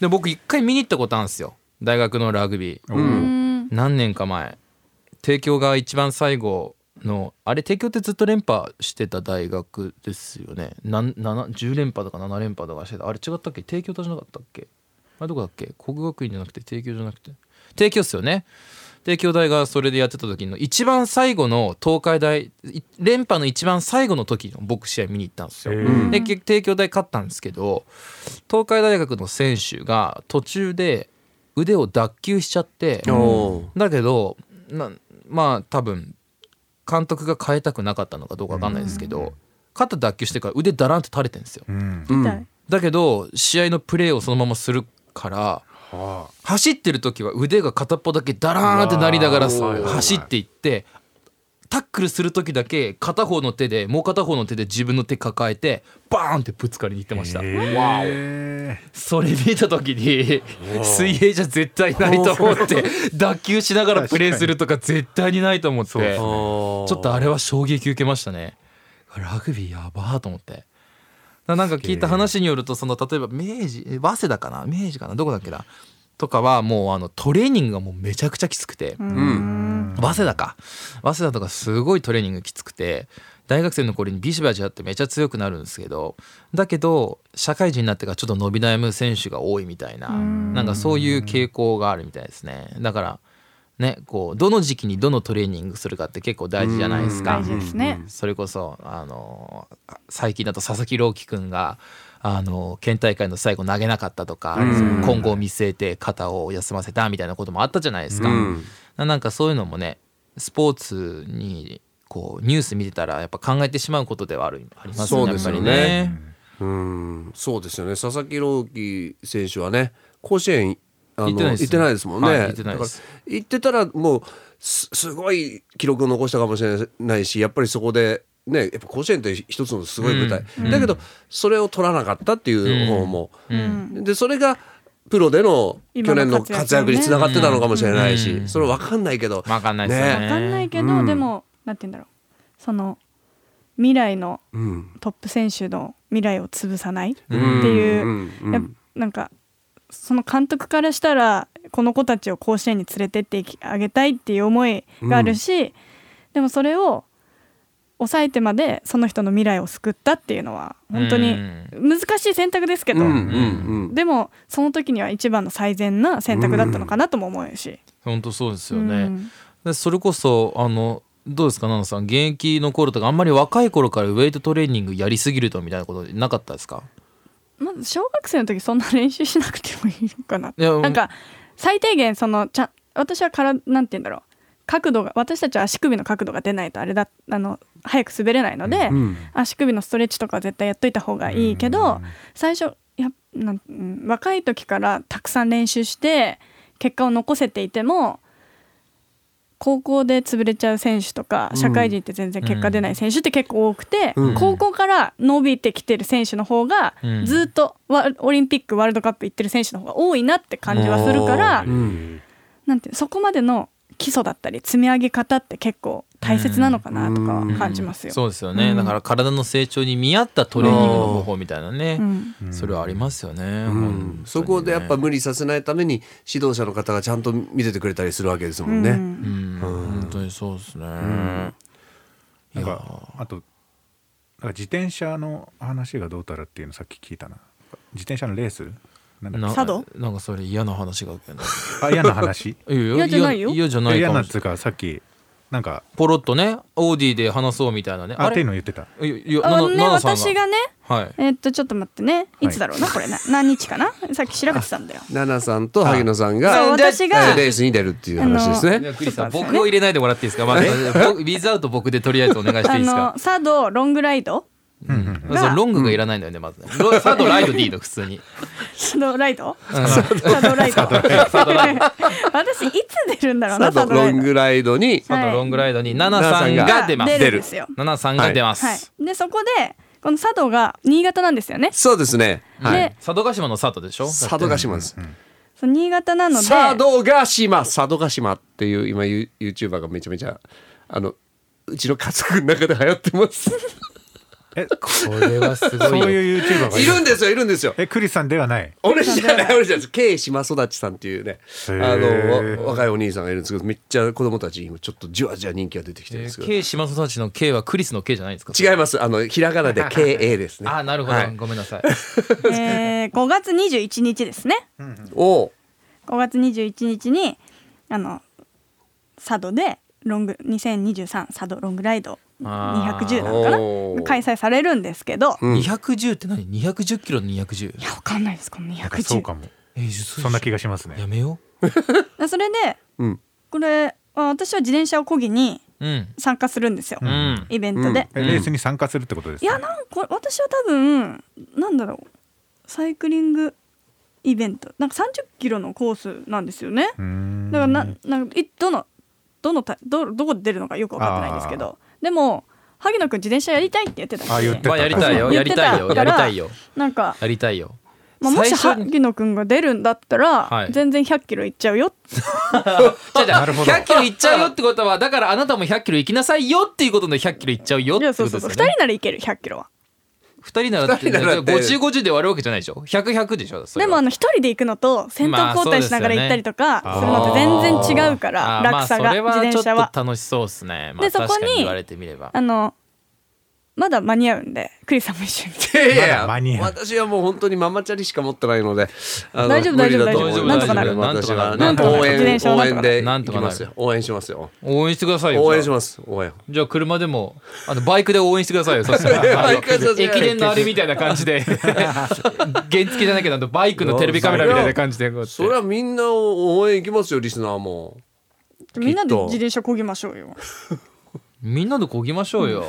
Speaker 3: で僕一回見に行ったことあるんですよ大学のラグビー
Speaker 4: うん
Speaker 3: 何年か前帝京が一番最後のあれ帝京ってずっと連覇してた大学ですよねなんな10連覇とか7連覇とかしてたあれ違ったっけ帝京とじゃなかったっけあれどこだっけ国学院じゃなくて帝京じゃなくて帝京っすよね帝京大がそれでやってた時の一番最後の東海大い連覇の一番最後の時の僕試合見に行ったんですよ、
Speaker 1: え
Speaker 2: うん
Speaker 1: ー
Speaker 3: で結局帝京大勝ったんですけど東海大学の選手が途中で腕を脱臼しちゃって
Speaker 2: おー
Speaker 3: だけどなまあ多分監督が変えたくなかったのかどうか分かんないですけど、肩脱臼してから腕だらんと垂れてるんですよ
Speaker 1: うん
Speaker 2: うん
Speaker 4: 痛い
Speaker 3: だけど試合のプレーをそのままするから
Speaker 1: はあ
Speaker 3: 走ってる時は腕が片っぽだけだらーんってなりながら
Speaker 1: うわー
Speaker 3: 走っていってタックルする時だけ片方の手でもう片方の手で自分の手抱えてバーンってぶつかりに行ってました、
Speaker 1: え
Speaker 3: それ見た時に水泳じゃ絶対ないと思って脱臼しながらプレーするとか絶対にないと思ってち
Speaker 1: そうですね
Speaker 3: ょ
Speaker 2: ょ
Speaker 3: っとあれは衝撃受けましたねラグビーやばーと思ってななんか聞いた話によるとその例えば明治え早稲田かな明治かなどこだっけなとかはもうあのトレーニングがもうめちゃくちゃきつくて、
Speaker 2: ん
Speaker 3: 早稲田か早稲田とかすごいトレーニングきつくて大学生の頃にビシバシやってめちゃ強くなるんですけどだけど社会人になってからちょっと伸び悩む選手が多いみたいななんかそういう傾向があるみたいですねだからねこうどの時期にどのトレーニングするかって結構大事じゃないですか
Speaker 4: 大事ですね
Speaker 3: それこそあの最近だと佐々木朗希君があの県大会の最後投げなかったとか
Speaker 2: うん
Speaker 3: 今後を見据えて肩を休ませたみたいなこともあったじゃないですか。
Speaker 2: うん
Speaker 3: ななんかそういうのもねスポーツにこうニュース見てたらやっぱ考えてしまうことではあるありますよ
Speaker 2: そう
Speaker 3: ね
Speaker 2: です
Speaker 3: や
Speaker 2: よ
Speaker 3: っぱり
Speaker 2: ね
Speaker 3: ね。
Speaker 2: うんそうですよね佐々木朗希選手はね甲子園あの
Speaker 3: 行ってないですね
Speaker 2: 行ってないですもんね、
Speaker 3: はい行ってないです
Speaker 2: だから行ってたらもうすすごい記録を残したかもしれないしやっぱりそこで、ね、やっぱ甲子園って一つのすごい舞台、だけどそれを取らなかったっていう方も、でそれがプロでの去
Speaker 4: 今の
Speaker 2: 年の活
Speaker 4: 活
Speaker 2: 躍
Speaker 4: 躍ね
Speaker 2: につながってたのかもしれないし、
Speaker 3: うん
Speaker 2: それ分かんないけど、
Speaker 3: わかんないですよね
Speaker 4: わかんないけど、
Speaker 2: うん
Speaker 4: でもなんて言うんだろうその未来の
Speaker 2: うん
Speaker 4: トップ選手の未来を潰さないって
Speaker 2: うん
Speaker 4: いう、
Speaker 2: うんうん
Speaker 4: やっなんかその監督からしたらこの子たちを甲子園に連れてってあげたいっていう思いがあるし、でもそれを抑えてまでその人の未来を救ったっていうのは本当に難しい選択ですけ
Speaker 2: うん
Speaker 4: ど、
Speaker 2: うんうん
Speaker 4: でもその時には一番の最善な選択だったのかなとも思うし。
Speaker 3: 本当そうです
Speaker 4: う
Speaker 3: よね。
Speaker 4: ん
Speaker 3: でそれこそあのどうですかナナさん現役の頃とかあんまり若い頃からウェイトトレーニングやりすぎるとみたいなことなかったですか
Speaker 4: まず小学生の時そんな練習しなくてもいいのかない
Speaker 3: や
Speaker 4: なんか最低限そのちゃん私はからなんて言うんだろう角度が私たちは足首の角度が出ないとあれだあの早く滑れないので、
Speaker 2: うん
Speaker 4: 足首のストレッチとかは絶対やっといた方がいいけど、最初やっなんうん若い時からたくさん練習して結果を残せていても高校で潰れちゃう選手とか
Speaker 2: うん
Speaker 4: 社会人って全然結果出ない選手って結構多くて、
Speaker 2: うん
Speaker 4: 高校から伸びてきてる選手の方が
Speaker 3: うん
Speaker 4: ずっとワオリンピックワールドカップ行ってる選手の方が多いなって感じはするから
Speaker 2: う、ん
Speaker 4: なんてそこまでの基礎だったり積み上げ方って結構大切なのかなとかは感じますよ。
Speaker 3: そうですよね、
Speaker 4: うん
Speaker 3: だから体の成長に見合ったトレーニングの方法みたいなね、
Speaker 4: うん
Speaker 3: それはありますよね,本当
Speaker 2: う
Speaker 3: にね、
Speaker 2: ん、そこでやっぱ無理させないために指導者の方がちゃんと見ててくれたりするわけですもん
Speaker 4: う
Speaker 2: ね。
Speaker 4: ん
Speaker 3: うん、本当にそうですね、い
Speaker 1: なん
Speaker 3: や
Speaker 1: かあとだから自転車の話がどうたらっていうのさっき聞いたな自転車のレースなんだっ
Speaker 3: な
Speaker 4: 佐渡
Speaker 3: なんかそれ嫌な話があるけどね
Speaker 1: けあ嫌な話
Speaker 3: いや
Speaker 4: 嫌じゃないよ
Speaker 3: 嫌じゃない
Speaker 1: 嫌
Speaker 3: か
Speaker 1: な
Speaker 3: も
Speaker 1: っ
Speaker 3: し
Speaker 1: つ
Speaker 3: れ
Speaker 1: う
Speaker 3: ない
Speaker 1: かさっきなんか
Speaker 3: ポロッとねオーディで話そうみたいなね
Speaker 1: あっ
Speaker 3: あ
Speaker 1: てい
Speaker 3: れ
Speaker 1: うの言ってた
Speaker 3: いやいや
Speaker 4: あ
Speaker 3: なな
Speaker 4: のね
Speaker 3: なさん
Speaker 4: 私がね
Speaker 3: はい
Speaker 4: えーっとちょっと待ってねいつだろうな、これな 何日かなさっき調べてたんだよ
Speaker 2: ナナさんと萩野さん
Speaker 4: そ
Speaker 2: が
Speaker 4: う私
Speaker 2: えー
Speaker 4: が
Speaker 2: レースに出るっていう話です
Speaker 4: あ
Speaker 2: ね。
Speaker 3: クリスさん
Speaker 4: ちょっと待ってね
Speaker 3: 僕を入れないでもらっていいですかまずウィズアウト僕でとりあえずお願いして
Speaker 4: あ
Speaker 3: いいです
Speaker 4: の
Speaker 3: か
Speaker 4: 佐渡ロングライド
Speaker 1: うんうんうん
Speaker 3: まずロングがいらないんだよねま ずねロサードライドでいいの普通に
Speaker 4: 佐渡ライド
Speaker 3: うん
Speaker 4: 佐渡ライド 私いつ出るんだろうな
Speaker 2: あと
Speaker 4: 佐渡
Speaker 2: ロ
Speaker 4: ライ
Speaker 2: ン
Speaker 4: ド
Speaker 2: グライドに
Speaker 3: サードロングライドにナナさんが出ます
Speaker 4: 出るんですよ
Speaker 3: ナナさんが出ま
Speaker 4: はい
Speaker 3: す、
Speaker 4: でそこでこの佐渡が新潟なんですよね
Speaker 2: そうですね。はい。
Speaker 4: で
Speaker 3: 佐渡島の佐渡でしょ
Speaker 2: 佐渡島です。
Speaker 4: その新潟なので
Speaker 2: 佐渡島佐渡島っていう今ユーチューバーがめちゃめちゃあのうちの家族の中で流行ってます。
Speaker 1: え
Speaker 3: これはすご
Speaker 1: そう
Speaker 3: いよ
Speaker 1: いう YouTuber が
Speaker 2: いるん
Speaker 1: だ
Speaker 2: ですよいるんですよ。
Speaker 1: えクリスさんではない
Speaker 2: 俺じゃない俺じゃないです。K 島育ちさんっていうねあ
Speaker 1: へー
Speaker 2: のわ若いお兄さんがいるんですけどめっちゃ子供たち今ちょっとじわじわ人気が出てきてるん
Speaker 3: え
Speaker 2: ですけ
Speaker 3: ー
Speaker 2: ど。
Speaker 3: K 島育ちの K はクリスの K じゃないんですか
Speaker 2: 違います。あのひらが なで KA ですね。
Speaker 3: あーなるほど、
Speaker 2: はい
Speaker 3: ごめんなさい
Speaker 4: えー5月21日ですね
Speaker 2: おう
Speaker 4: 5月21日にあの佐渡でロング2023佐渡ロングライド
Speaker 3: あー
Speaker 4: 210なのかな
Speaker 2: おー
Speaker 4: 開催されるんですけど、
Speaker 2: うん
Speaker 3: 210って何210キロの210
Speaker 4: いやわかんないですこの
Speaker 1: なんかそうか
Speaker 4: 210
Speaker 1: も
Speaker 3: えーそ
Speaker 1: そんな気がしますね
Speaker 3: やめよ
Speaker 4: そそれで
Speaker 2: うん。
Speaker 4: これあ私は自転車をこぎに
Speaker 3: ううん
Speaker 4: 参加するんですよ、
Speaker 3: うん、
Speaker 4: イベントで、
Speaker 1: えレースに参加するってことです
Speaker 4: いや
Speaker 1: か
Speaker 4: なんか私は多分なんだろうサイクリングイベントなんか30キロのコースなんですよね
Speaker 1: うーん
Speaker 4: だからななんかいどのどのたどどこで出るのかよく分かってないんですけどでも萩野くん自転車やりたいって言ってたし
Speaker 1: あ言って
Speaker 3: まあやりたいよ
Speaker 4: そう
Speaker 3: やりたい
Speaker 4: 言
Speaker 3: よ
Speaker 4: ってた
Speaker 3: や
Speaker 4: か
Speaker 3: り
Speaker 4: ら
Speaker 3: たいよ
Speaker 4: なんか、
Speaker 3: やりたいよ
Speaker 4: まあ、もし
Speaker 3: 最初に
Speaker 4: 萩野くんが出るんだったら、
Speaker 3: はい
Speaker 4: 全然100キロいっちゃうよ
Speaker 3: じゃあじゃあ
Speaker 1: なるほど
Speaker 3: 100キロ行っちゃうよってことはだからあなたも100キロ行きなさいよっていうことで100キロ行っちゃうよっ
Speaker 4: い
Speaker 3: て
Speaker 4: や
Speaker 3: こと
Speaker 4: そう
Speaker 3: です
Speaker 4: そ
Speaker 3: よ
Speaker 4: うそう2
Speaker 3: ね
Speaker 4: 人ならいける100キロは
Speaker 3: 二人ならって
Speaker 2: 二人ならって
Speaker 3: 50、50で終わるわけじゃないでしょ100、100でしょそれ
Speaker 4: で
Speaker 3: は
Speaker 4: もあの1人で行くのと先頭
Speaker 3: まあ
Speaker 4: 交代しながら行ったりとかするのと全然違うから、
Speaker 3: あーまあ
Speaker 4: 落差が、自転車
Speaker 3: それは
Speaker 4: は
Speaker 3: ちょっと楽しそうですね、まあ、
Speaker 4: でそこに
Speaker 3: 確かに言われてみれば
Speaker 4: あのまだ間に合うんでクリスさんも一緒に
Speaker 2: いやい
Speaker 1: まだ
Speaker 2: や
Speaker 1: 間に合う
Speaker 2: 私はもう本当にママチャリしか持ってないのであの
Speaker 4: 大丈夫
Speaker 2: 無理だと
Speaker 4: 大丈夫
Speaker 2: 思いま
Speaker 4: 大丈
Speaker 2: す
Speaker 4: 夫なんとかなる
Speaker 2: 私は
Speaker 3: なんとかなる
Speaker 2: 応
Speaker 4: 自転
Speaker 2: 援
Speaker 4: 車は
Speaker 2: 応
Speaker 4: なんとか
Speaker 2: 援
Speaker 4: な
Speaker 2: で行
Speaker 4: る
Speaker 2: きますよ応援しますよ
Speaker 3: 応援してくださいよ
Speaker 2: 応援し
Speaker 3: す
Speaker 2: ます応援
Speaker 3: じゃあ車でもあとバイクで応援してくださいよそしたらあの
Speaker 2: バイクで
Speaker 3: 駅伝のあれみたいな感じで原付じゃなきゃなんとバイクのテレビカメラみたいな感じでこうやって
Speaker 2: それはみんな応援行きますよリスナーも
Speaker 4: みんなで自転車こぎましょうよ
Speaker 3: みんなでこぎましょうよ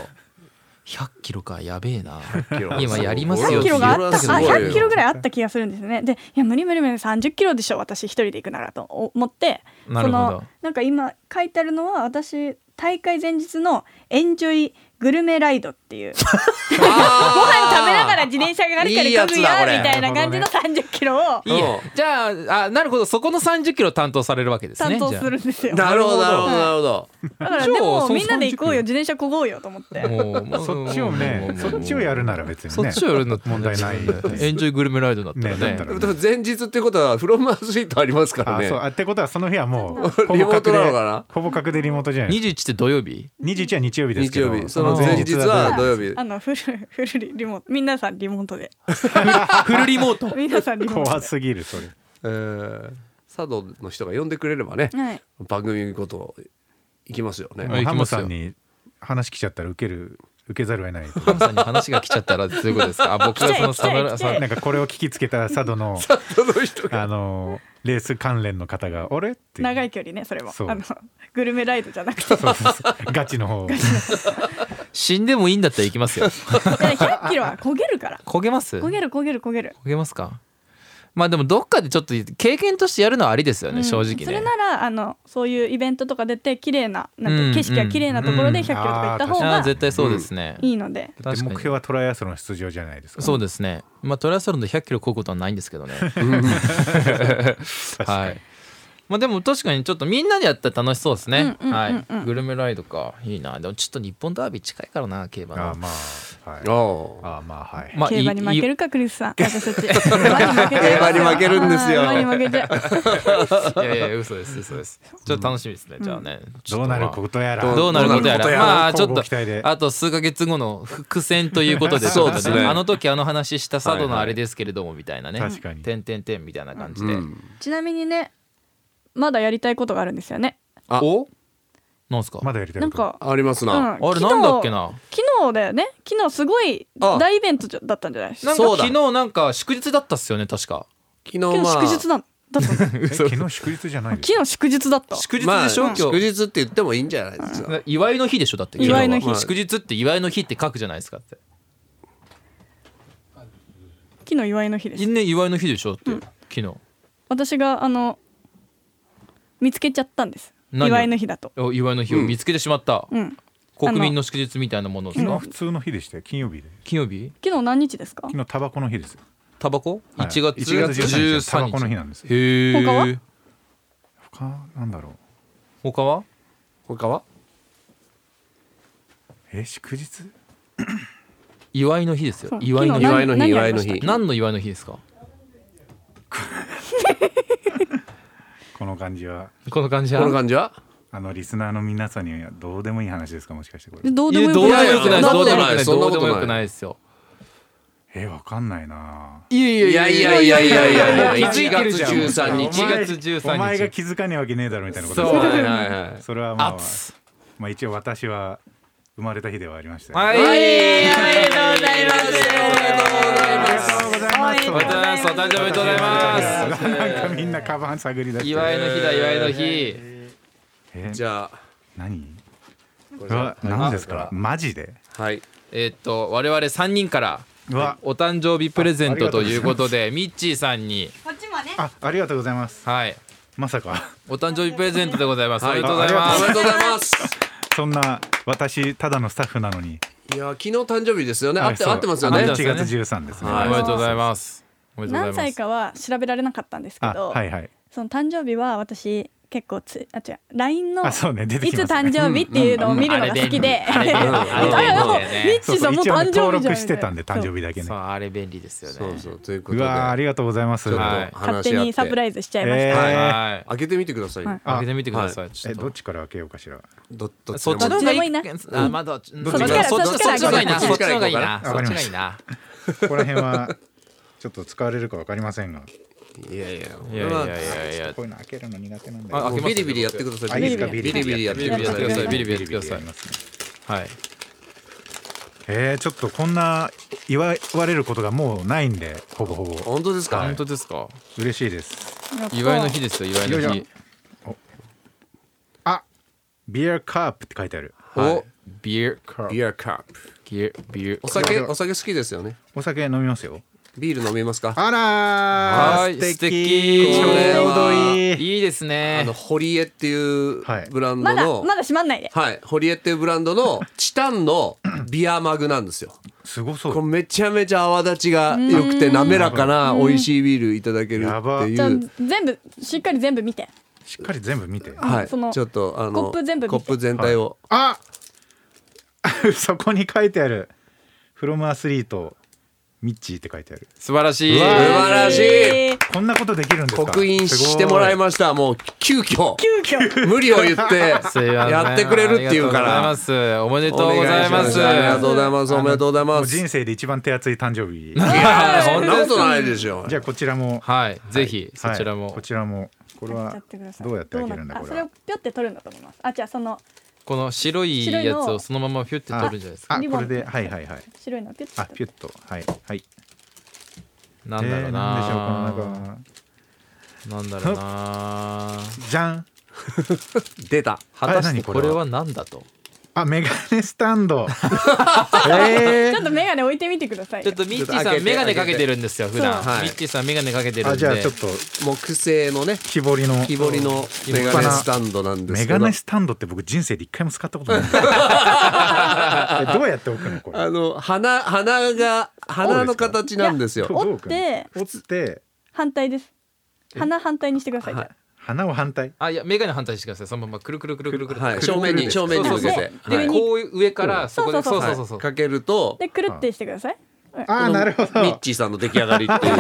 Speaker 3: 100キロかやべえな
Speaker 2: キロ
Speaker 3: 今やりますよ
Speaker 4: 100キロがあった
Speaker 2: す
Speaker 4: かあ
Speaker 2: ごいよ
Speaker 4: 100キロぐらいあった気がするんですねでいや無理無理無理30キロでしょ私一人で行くならと思って
Speaker 3: なるほど
Speaker 4: そのなんか今書いてあるのは私大会前日のエンジョイグルメライドっていう
Speaker 2: ご
Speaker 4: ご飯食べながら自転車があるから
Speaker 2: いいや
Speaker 4: 行く
Speaker 2: つ
Speaker 4: や
Speaker 2: だこれ
Speaker 4: みたいな感じの30キロを
Speaker 3: いいよ
Speaker 2: うん
Speaker 3: じゃああなるほどそこの30キロ担当されるわけですね
Speaker 4: 担当
Speaker 3: じゃあ
Speaker 4: するんですよ、
Speaker 2: なるほどなるほどなるほど
Speaker 4: だからで
Speaker 3: じゃあ
Speaker 4: も
Speaker 3: その
Speaker 4: みんなで行こうよ
Speaker 3: 30
Speaker 4: 自転車こごうよと思って
Speaker 3: もうもう
Speaker 1: そっちを
Speaker 3: もう
Speaker 1: ね
Speaker 3: もうもう
Speaker 1: そっちをやるなら別に
Speaker 3: そ
Speaker 1: ね
Speaker 3: っちをやるんだったら
Speaker 1: 問題ない
Speaker 3: エンジョイグルメライドだったら
Speaker 1: ねだっ
Speaker 3: ね
Speaker 1: たら
Speaker 2: でも前日ってことはフロムアスリートありますから
Speaker 1: あ
Speaker 2: ね
Speaker 1: そうあってことはその日はもうほ
Speaker 2: リ
Speaker 1: ぼ
Speaker 2: モー
Speaker 1: 確
Speaker 2: トなのかな
Speaker 1: でほぼ確でリモートじゃないですか
Speaker 3: 21って土曜日
Speaker 1: 21は日曜日です
Speaker 2: 日
Speaker 1: けど
Speaker 2: 曜日その前日は土曜日
Speaker 4: あのフルフルリモート皆さんリモートで
Speaker 3: フルリモート
Speaker 4: 皆さんリモートで
Speaker 1: 怖すぎるそれ
Speaker 2: えー佐渡の人が呼んでくれればね
Speaker 4: はい
Speaker 2: 番組ごと行きますよね
Speaker 3: は
Speaker 1: も
Speaker 3: い う行
Speaker 1: ハ
Speaker 3: きま
Speaker 1: ム
Speaker 3: すよ
Speaker 1: さんに話来ちゃったら受ける受けざるを得ないと
Speaker 3: ハムさんに話が来ちゃったらどういうことですかあ僕がその
Speaker 4: 来ちゃ
Speaker 3: サ
Speaker 4: え
Speaker 3: ムラ
Speaker 4: 来ちゃえ
Speaker 3: さ
Speaker 1: なんかこれを聞きつけた佐渡の
Speaker 2: その人が
Speaker 1: あのレース関連の方が「あれ?」って
Speaker 4: 長い距離ねそれも
Speaker 1: そう
Speaker 4: あの グルメライドじゃなくて
Speaker 1: そうそうそうガチの方
Speaker 3: 死んでもいいんだったら行きます よ
Speaker 4: 100キロは焦げるから
Speaker 3: 焦げます
Speaker 4: 焦
Speaker 3: 焦
Speaker 4: げる焦げる焦げる
Speaker 3: げますかまあでもどっかでちょっと経験としてやるのはありですよね、
Speaker 4: うん
Speaker 3: 正直
Speaker 4: それ
Speaker 3: ね
Speaker 4: ならあのそういうイベントとか出て綺麗ななん
Speaker 3: うん
Speaker 4: て景色が綺麗なところで100キロとか行った方
Speaker 3: ああ
Speaker 4: が
Speaker 3: 絶対そうですね、
Speaker 4: いいので
Speaker 1: で目
Speaker 3: 確かに
Speaker 1: 標はトライアスロン出場じゃないですか
Speaker 3: そうですねまあトライアスロンで100キロ超うことはないんですけ どね
Speaker 1: 確か
Speaker 3: は
Speaker 1: に
Speaker 3: いまあでも確かにちょっとみんなでやったら楽しそうですね、
Speaker 4: うんうんうんうん
Speaker 3: はいグルメライドかいいなでもちょっと日本ダービー近いからな競馬
Speaker 1: あ
Speaker 3: の
Speaker 1: ーまあはい、
Speaker 2: ああ
Speaker 1: ああまあはい、
Speaker 3: まあ
Speaker 4: 競
Speaker 3: いい
Speaker 4: 馬に負けるかクリスさん私たち競馬に負けちゃ
Speaker 2: 競
Speaker 4: いますよ
Speaker 2: 馬に負けるんですよ
Speaker 4: あー馬に負けちゃ う
Speaker 3: いやいや嘘です嘘ですちょっと楽しみですね、じゃあねち
Speaker 1: ど
Speaker 3: ょ
Speaker 1: う
Speaker 3: っと
Speaker 1: な
Speaker 3: まあ
Speaker 1: ることやら
Speaker 3: どうなることやら
Speaker 1: どうなる
Speaker 3: まあちょっ
Speaker 1: 乞うご
Speaker 3: と
Speaker 1: 期待で
Speaker 3: あと数ヶ月後の伏線ということで
Speaker 2: そうですね
Speaker 3: ちょっとあの時あの話した佐渡
Speaker 2: はいは
Speaker 3: の
Speaker 2: い
Speaker 3: あれですけれどもみたいなね
Speaker 1: 確かに
Speaker 3: 点点点みたいな感じ
Speaker 2: う
Speaker 3: で、
Speaker 2: ん
Speaker 4: ちなみにねまだやりたいことがあるんですよね
Speaker 2: あ
Speaker 3: おなんすか、
Speaker 1: まだやりたいこ
Speaker 4: なん
Speaker 1: と
Speaker 4: か
Speaker 2: ありますな、
Speaker 4: うん
Speaker 3: あれなんだっけな
Speaker 4: 昨日だよね昨日すごい
Speaker 2: あ
Speaker 4: 大イベントじゃだったんじゃないですか
Speaker 3: なんか
Speaker 2: そうだ
Speaker 3: 昨日なんか祝日だったっすよね確か
Speaker 2: 昨日
Speaker 4: 昨日
Speaker 2: まあ
Speaker 4: 祝日なのだったの昨
Speaker 1: え昨日祝日じゃないです
Speaker 4: 日祝日だった
Speaker 3: 祝日
Speaker 2: まあ
Speaker 3: でしょ、今日
Speaker 2: 祝日って言ってもいいんじゃないですか
Speaker 3: 祝いの日でしょだって
Speaker 4: 祝いの日
Speaker 3: 昨は祝日って祝いの日って書くじゃないですかって
Speaker 4: 昨日祝いの日です
Speaker 3: ね祝いの日でしょって、昨日
Speaker 4: 私があの見つけちゃったんです
Speaker 3: 何を
Speaker 4: 祝いの日だと
Speaker 3: お祝いの日を見つけてしまった、
Speaker 4: うん
Speaker 3: 国民の祝日みたいなものです
Speaker 1: 昨日
Speaker 3: か
Speaker 1: 普通の日でしたよ金曜日で
Speaker 3: 金曜日
Speaker 4: 昨日何日ですか
Speaker 1: 昨日タバコの日ですよ
Speaker 3: タバコ、
Speaker 1: はい
Speaker 3: 1月
Speaker 1: 1月13
Speaker 3: 13日
Speaker 1: 日タバコの日なんですよ
Speaker 3: へ
Speaker 4: 他は
Speaker 3: え
Speaker 1: 他なんだろう
Speaker 3: 他は
Speaker 2: 他は
Speaker 1: え祝日
Speaker 3: 祝いの日です
Speaker 4: そ
Speaker 3: よ
Speaker 4: う
Speaker 3: 祝いの
Speaker 4: 昨
Speaker 3: 日
Speaker 4: 日
Speaker 2: 祝いの日
Speaker 4: 何
Speaker 2: 祝いの
Speaker 4: 何や
Speaker 2: 日
Speaker 4: り
Speaker 3: 何の祝いの日ですか
Speaker 1: この感じは
Speaker 3: この感じは
Speaker 2: この感じは
Speaker 1: あのリスナーの皆さんにはどうでもいい話ですかもしかしてこれ
Speaker 4: どう
Speaker 3: い
Speaker 4: でも
Speaker 3: や
Speaker 4: よ
Speaker 3: どう
Speaker 4: く
Speaker 3: でも
Speaker 4: な
Speaker 3: よくな
Speaker 4: い
Speaker 3: いです
Speaker 2: そんな
Speaker 3: どうで
Speaker 2: こと
Speaker 3: もよくないどうでも
Speaker 2: ないそんなことない
Speaker 3: よくないですよ
Speaker 1: えわかんないない
Speaker 3: やい
Speaker 2: いやいやいやいやいやいや
Speaker 3: 気づいてるじゃん
Speaker 2: 1月13日
Speaker 1: お前
Speaker 3: 1月13日
Speaker 1: お前が気づかねえわけねえだろみたいなこと
Speaker 3: そう
Speaker 1: です
Speaker 2: はいはいは
Speaker 1: それはまあ、
Speaker 3: 熱
Speaker 1: まあ、一応私は生まれた日ではありましたよ、
Speaker 3: はいおめでとうございます
Speaker 1: おめでとうございます
Speaker 3: おめでとうございますお誕生日おめでとうございます
Speaker 1: なんかみんなカバン探り出して
Speaker 3: 祝いの日だ祝いの日
Speaker 1: え
Speaker 2: いじゃあ
Speaker 1: 何
Speaker 2: こ
Speaker 1: う
Speaker 2: れ
Speaker 1: わ
Speaker 2: さ
Speaker 1: 何ですかマジで
Speaker 2: はい
Speaker 3: えーっと我々3人から
Speaker 1: うわ
Speaker 3: お誕生日プレゼントということでミッチーさんに
Speaker 1: あありがとうございます
Speaker 3: はい
Speaker 1: まさか
Speaker 3: お誕生日プレゼントでございます、
Speaker 2: はい
Speaker 3: ありがとうございま
Speaker 2: お
Speaker 3: す
Speaker 2: めでとうございます
Speaker 1: そんな私ただのスタッフなのに
Speaker 2: いや昨日誕生日ですよね合
Speaker 1: は
Speaker 2: っ
Speaker 1: い
Speaker 2: て
Speaker 1: そう
Speaker 2: 合ってますよ
Speaker 3: あ
Speaker 2: ね
Speaker 3: 合っ
Speaker 1: 1
Speaker 3: て
Speaker 1: 月13ですね
Speaker 2: はい
Speaker 3: おめでとうございますおめでとうご
Speaker 4: 何
Speaker 3: ざいま
Speaker 4: 歳
Speaker 3: す
Speaker 4: かは調べられなかったんですけ
Speaker 1: あ
Speaker 4: ど、
Speaker 1: はいはい
Speaker 4: その誕生日は私結構つあ違う LINE の
Speaker 1: あそうね出て
Speaker 4: い
Speaker 1: き
Speaker 4: つ
Speaker 1: ますね
Speaker 4: 誕生日っていうのを見るのが好きで、
Speaker 3: あれ便利あれ便利
Speaker 4: あも
Speaker 3: あ
Speaker 4: う
Speaker 3: れ便利
Speaker 4: ミッチ
Speaker 1: そう
Speaker 4: ー
Speaker 1: そ
Speaker 4: さ
Speaker 1: うん
Speaker 4: もう
Speaker 1: 一応ね
Speaker 4: 誕生日じゃん
Speaker 1: 登録してたんで誕生日だけね
Speaker 3: そうあれ便利ですよね
Speaker 2: そうそうというこ
Speaker 1: う
Speaker 2: とで
Speaker 1: わーありがとうございます
Speaker 2: ちょっと
Speaker 3: はい
Speaker 2: 話し合って
Speaker 4: 勝手にサプライズしちゃいました、
Speaker 1: えー
Speaker 3: はい
Speaker 2: 開けてみてください
Speaker 4: はい
Speaker 3: 開けてみてください、ちょ
Speaker 1: え
Speaker 3: っ
Speaker 1: どっ
Speaker 3: と
Speaker 1: ちから開けようかしら
Speaker 2: どどっち
Speaker 3: そ
Speaker 2: で
Speaker 3: っ
Speaker 2: も
Speaker 3: ちの方がいい
Speaker 4: どっちでもい
Speaker 3: あまあどっち
Speaker 1: どっちから
Speaker 3: そっちそっちの方がいいなそ
Speaker 2: そ
Speaker 3: っ
Speaker 2: っ
Speaker 3: ち
Speaker 2: ち
Speaker 3: の方
Speaker 2: から
Speaker 3: が
Speaker 2: 行
Speaker 3: いい
Speaker 2: こう
Speaker 3: な
Speaker 2: か
Speaker 3: そっちの方がいいな
Speaker 1: ここら辺はちょっと使われるかわかりませんが
Speaker 2: いやいや
Speaker 3: いやいやいやいや
Speaker 1: こういうの開けるの苦手なんだよ
Speaker 3: あ
Speaker 2: もうビリビリやってくださ
Speaker 1: あ
Speaker 2: い
Speaker 1: いいですか
Speaker 2: ビリビリやって
Speaker 3: ビリ
Speaker 2: く
Speaker 3: ビリや
Speaker 2: だ
Speaker 3: ってくだ
Speaker 2: さい
Speaker 3: さいビリビリやってください
Speaker 1: ビリビリやりますね
Speaker 3: はい
Speaker 1: えー、ちょっとこんな言われることがもうないんでほぼほぼ
Speaker 2: 本当ですか
Speaker 3: 本当ですか
Speaker 1: 嬉しいです
Speaker 4: やった
Speaker 3: 祝いの日ですよ祝いの
Speaker 1: よい
Speaker 3: 日
Speaker 1: しあビアカープって書いてある
Speaker 3: おビールカー
Speaker 2: ビアカップ
Speaker 3: ビールビール
Speaker 2: お酒お酒好きですよね
Speaker 1: お酒飲みますよ
Speaker 2: ビール飲みますか
Speaker 1: あらー
Speaker 3: はい素敵
Speaker 1: ちょうどいい
Speaker 3: いいです
Speaker 2: あ
Speaker 3: ね
Speaker 2: の堀江っていう
Speaker 1: はい
Speaker 2: ブランド
Speaker 4: まだ
Speaker 2: の
Speaker 4: まだ閉まんないで
Speaker 2: はい堀江っていうブランドのチタンのビアマグなんですよ
Speaker 1: すごそ
Speaker 2: これ
Speaker 1: う
Speaker 2: めちゃめちゃ泡立ちが良くて滑らかな美味しいビールいただける
Speaker 1: やば
Speaker 2: ってい
Speaker 4: じゃあ
Speaker 2: う
Speaker 4: 全部しっかり全部見て
Speaker 1: しっかり全部見て
Speaker 2: はい
Speaker 4: その
Speaker 2: ちょっとあ
Speaker 4: コ
Speaker 2: の
Speaker 4: ップ全部見て
Speaker 2: コップ全体を
Speaker 1: あそこに書いてある「フロムアスリートミッチー」って書いてある
Speaker 3: 素晴らしい
Speaker 2: わ素晴らしい
Speaker 4: えー
Speaker 1: こんなことできるんですか
Speaker 2: 刻印してもらいましたもう急遽
Speaker 4: 急 遽
Speaker 2: 無理を言って
Speaker 3: すいません
Speaker 2: やってくれるっていうから
Speaker 3: ありがとうございますおめでとうございます
Speaker 2: お願しありがとうございます
Speaker 1: すごい
Speaker 2: おめでとうござい
Speaker 1: あのも
Speaker 2: ま
Speaker 1: う
Speaker 2: す
Speaker 1: 人生で一番手厚い誕生日
Speaker 2: いやそんな
Speaker 3: 本当です
Speaker 2: ことないでしょ
Speaker 1: じゃあこちらも
Speaker 3: はいぜひそちら
Speaker 1: はい
Speaker 3: も
Speaker 1: こちらもこれ
Speaker 4: や
Speaker 1: は
Speaker 4: ってください
Speaker 1: どうやって開けるんだ
Speaker 4: どうな
Speaker 1: こ
Speaker 4: あ
Speaker 1: れ
Speaker 4: それを
Speaker 1: は
Speaker 4: ピョって取るんだと思いますあじゃあその
Speaker 3: この白い
Speaker 4: 白い
Speaker 3: やつ
Speaker 4: の
Speaker 3: をそのままピュって取るんじゃないですか
Speaker 1: あ
Speaker 4: リボン
Speaker 1: これではいはいはい
Speaker 4: 白いのをピョって
Speaker 1: あ
Speaker 4: 取
Speaker 1: ピュ
Speaker 4: る
Speaker 1: ッとはいはい
Speaker 3: なんだろう
Speaker 1: えー
Speaker 3: な
Speaker 1: なんでしょうこの中
Speaker 3: なんだろうな
Speaker 1: じゃん
Speaker 2: 出た
Speaker 3: 果たして
Speaker 1: 何こ
Speaker 3: こ
Speaker 1: れは
Speaker 3: れは何だと
Speaker 1: あメガネスタンドえ
Speaker 4: ちょっと眼鏡置いてみてください
Speaker 3: ちょ
Speaker 4: よ
Speaker 3: っとミッチ
Speaker 2: ちょ
Speaker 3: ーさ
Speaker 2: っと開け
Speaker 3: ん
Speaker 2: て
Speaker 3: メガネかけてるんですよ普段
Speaker 2: そうはい
Speaker 3: ミッチーさんメガネかけて
Speaker 1: ー
Speaker 3: る
Speaker 1: あ
Speaker 3: ん
Speaker 1: じ
Speaker 3: で
Speaker 1: ゃあちょっと
Speaker 2: 木製のね
Speaker 1: 木彫りの
Speaker 2: 木彫りのメガネスタンドなんです
Speaker 1: メ
Speaker 2: け
Speaker 1: ガ
Speaker 2: ど
Speaker 1: ネスタンドって僕人生で一回も使った ことないえどうやって置くのこれ
Speaker 2: あの鼻鼻が鼻の形なんです
Speaker 1: いや
Speaker 2: よ
Speaker 1: どう
Speaker 4: 折って
Speaker 1: 折って
Speaker 4: 反対です鼻反対にしてください、
Speaker 2: は
Speaker 4: じ
Speaker 2: い
Speaker 4: ゃ
Speaker 1: 花を反対
Speaker 3: あいや眼鏡反対してくださいそのままくるくるくるくるくる
Speaker 2: はい、
Speaker 1: くる
Speaker 2: 正面に正面に向け
Speaker 3: そう
Speaker 2: て
Speaker 3: そう
Speaker 4: そう
Speaker 3: で、
Speaker 2: はい
Speaker 3: こういう上からそこで
Speaker 4: そうそう
Speaker 2: はい
Speaker 3: そうそうそう
Speaker 2: かけると
Speaker 4: でくるってしてください
Speaker 1: ああなるほ
Speaker 2: ミッ
Speaker 1: ど
Speaker 2: チーさんの出来上がりっていう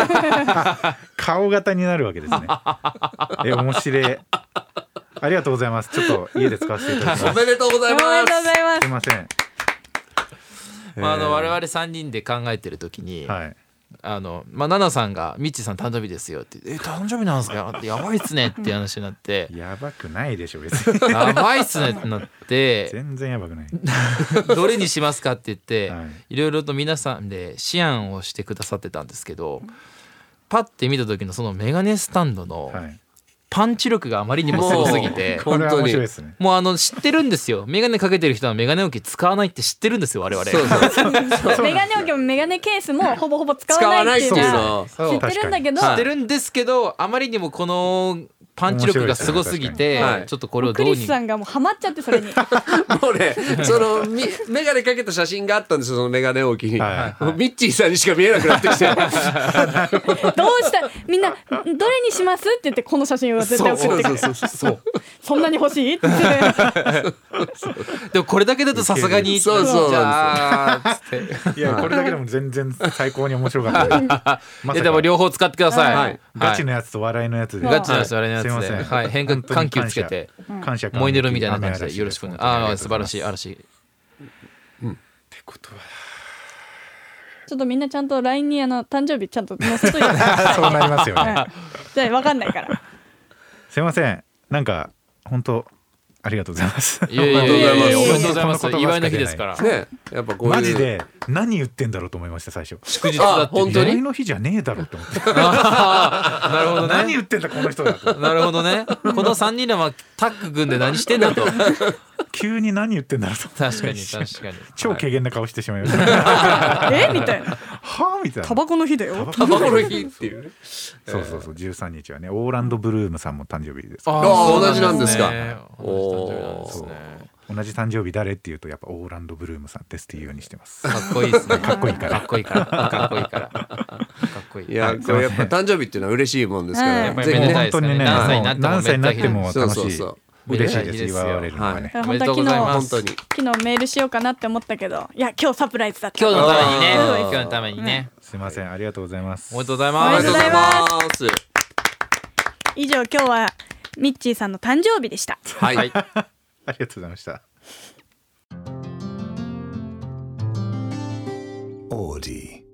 Speaker 1: 顔型になるわけです ねえ面白いありがとうございますちょっと家で使わせていただきま
Speaker 2: お
Speaker 1: す
Speaker 2: めでとうご
Speaker 4: お
Speaker 2: ざ
Speaker 4: め
Speaker 2: い
Speaker 4: でとうご
Speaker 2: ます
Speaker 4: ざいます
Speaker 1: すいません
Speaker 3: まあ、あの我々3人で考えてる時に、
Speaker 1: はい
Speaker 3: あのまあ、奈々さんが「ミッチーさん誕生日ですよ」って「え誕生日なんですか?」って「やばいっすね」って話になって
Speaker 1: やばくないでしょ別に
Speaker 3: 「やばいっすね」ってなって
Speaker 1: 全然やばくない
Speaker 3: 「どれにしますか?」って言って、、
Speaker 1: はい
Speaker 3: ろいろと皆さんで思案をしてくださってたんですけどパッて見た時のそのメガネスタンドの
Speaker 1: はい
Speaker 3: パンチ力があまりにもすごすぎて。
Speaker 1: これは
Speaker 2: 本当
Speaker 1: 面
Speaker 2: に
Speaker 1: 白いですね
Speaker 3: もうあの知ってるんですよメガネかけてる人はメガネ置き使わないって知ってるんですよ我々
Speaker 2: そうそう
Speaker 4: メガネ置きもメガネケースもほぼほぼ使
Speaker 2: 使
Speaker 4: わ
Speaker 2: わ
Speaker 4: な
Speaker 2: ないい
Speaker 4: っ
Speaker 2: ってて
Speaker 4: い
Speaker 2: いうう
Speaker 4: のは
Speaker 2: の
Speaker 1: は
Speaker 2: は
Speaker 4: 知ってるんだけど
Speaker 3: 知っ
Speaker 2: は
Speaker 3: てるんですけどあまりにもこのパンチ力がすごすぎ
Speaker 2: 面白いですね
Speaker 3: て
Speaker 2: はい
Speaker 3: ちょっとこれを
Speaker 4: ク
Speaker 3: どう
Speaker 4: リ
Speaker 3: に
Speaker 4: スさんがもうハマっちゃってそれに
Speaker 2: もうね、その、み、メガネかけた写真があったんですよ、そのメガネ置きに。
Speaker 1: は
Speaker 2: もうミッチーさんにしか見えなくなってきて。
Speaker 4: どうしたみんな「どれにします?」って言ってこの写真を絶対送ってくる
Speaker 2: そうそうそう。
Speaker 4: そんなに欲しいって
Speaker 3: でもこれだけだとさすがに
Speaker 2: そうそう
Speaker 3: じゃあつって
Speaker 1: いやこれだけでも全然最高に面白かった ですま
Speaker 3: いや
Speaker 1: さ
Speaker 3: でも
Speaker 1: か
Speaker 3: 両方使ってください
Speaker 2: は
Speaker 3: はいい
Speaker 1: ガチのやつと笑いのやつで
Speaker 4: はい
Speaker 3: ガチのやつあれのやつです
Speaker 1: いません
Speaker 3: はい変化
Speaker 1: 本当に
Speaker 3: 緩急つけて
Speaker 1: 感謝感謝感激
Speaker 3: モイネロみたいな感じでよろしくお願いああー素晴らしい
Speaker 1: ありがとうござます
Speaker 3: 嵐
Speaker 4: ちょっとみんなちゃんと LINE にあの誕生日ちゃんと載せといてくださ い
Speaker 1: そうなりますよ
Speaker 4: う
Speaker 1: ね
Speaker 4: んじゃあ分かんないから
Speaker 1: すいませんなんか本当ありがとうございます
Speaker 3: いやいやいやいやお
Speaker 2: お
Speaker 3: め
Speaker 2: め
Speaker 3: でとうご
Speaker 2: でとうご
Speaker 3: ざ
Speaker 2: ざ
Speaker 3: い
Speaker 1: い
Speaker 3: ま
Speaker 1: ますす
Speaker 3: 祝いの日ですから
Speaker 2: ね、やっぱこういう。
Speaker 1: マジ。で何言ってんだろうと思いました最初
Speaker 3: 祝日だって
Speaker 2: 本当に
Speaker 1: 祝いの日じゃねえだろうと思って
Speaker 3: なるほど
Speaker 1: 何
Speaker 3: ね
Speaker 1: 言ってんだこの人だ と
Speaker 3: なるほどねこの3人らはタッグ組んで何してんだと確
Speaker 1: 急に何言ってんだろうと思って
Speaker 3: かに確かに
Speaker 1: 超
Speaker 3: はい
Speaker 1: 軽減な顔してしまいました
Speaker 4: えみたいな
Speaker 1: はあみたいな
Speaker 4: タバコの日だよ
Speaker 2: タバコの日っ ていうね。
Speaker 1: そうそうそう13日はねオーランド・ブルームさんも誕生日です
Speaker 3: あ
Speaker 2: ああ、同
Speaker 3: ー
Speaker 2: じなんですか
Speaker 3: ね。同じ誕
Speaker 1: 同
Speaker 3: 生日なんですね
Speaker 2: おー
Speaker 1: じ誕生日誰っていうとやっぱオーランド・ブルームさんですっていうようにしてます
Speaker 3: かっこいいですね。か
Speaker 1: っこいいから
Speaker 3: かっこいいから。かっこいいから。かっこいい。
Speaker 2: いや、これやっぱ誕生日っていうのは嬉しいもんですか
Speaker 4: はい
Speaker 2: ら
Speaker 4: やっ
Speaker 3: ぱ
Speaker 2: ね。
Speaker 3: り
Speaker 2: ぜひ
Speaker 3: めでたい
Speaker 2: ね。
Speaker 1: 本当にね
Speaker 3: 何歳になっても
Speaker 1: 何歳になっても
Speaker 2: そう
Speaker 1: 楽し
Speaker 2: そう
Speaker 1: い
Speaker 2: そう
Speaker 1: 嬉しいで
Speaker 3: い
Speaker 1: す
Speaker 3: いですよ
Speaker 1: 祝われるのがね
Speaker 4: 本
Speaker 3: おめで
Speaker 4: 当
Speaker 3: と
Speaker 4: は
Speaker 3: うご
Speaker 4: 昨
Speaker 3: ざい
Speaker 4: 日
Speaker 3: ま
Speaker 2: 本
Speaker 3: す
Speaker 2: 当に。
Speaker 4: 昨日メールしようかなって思ったけどいや今日サプライズだった
Speaker 3: 今日のためにね
Speaker 2: あー、
Speaker 3: 今日のためにね。
Speaker 1: すいませんありがとうございます
Speaker 3: おめでとうござい
Speaker 4: おめ
Speaker 3: ま
Speaker 4: ですとうご。ざい
Speaker 2: ます。
Speaker 4: 以上今日はミッチーさんの誕生日でした
Speaker 2: は
Speaker 3: はいい。
Speaker 1: ありがとうございました
Speaker 5: オーディ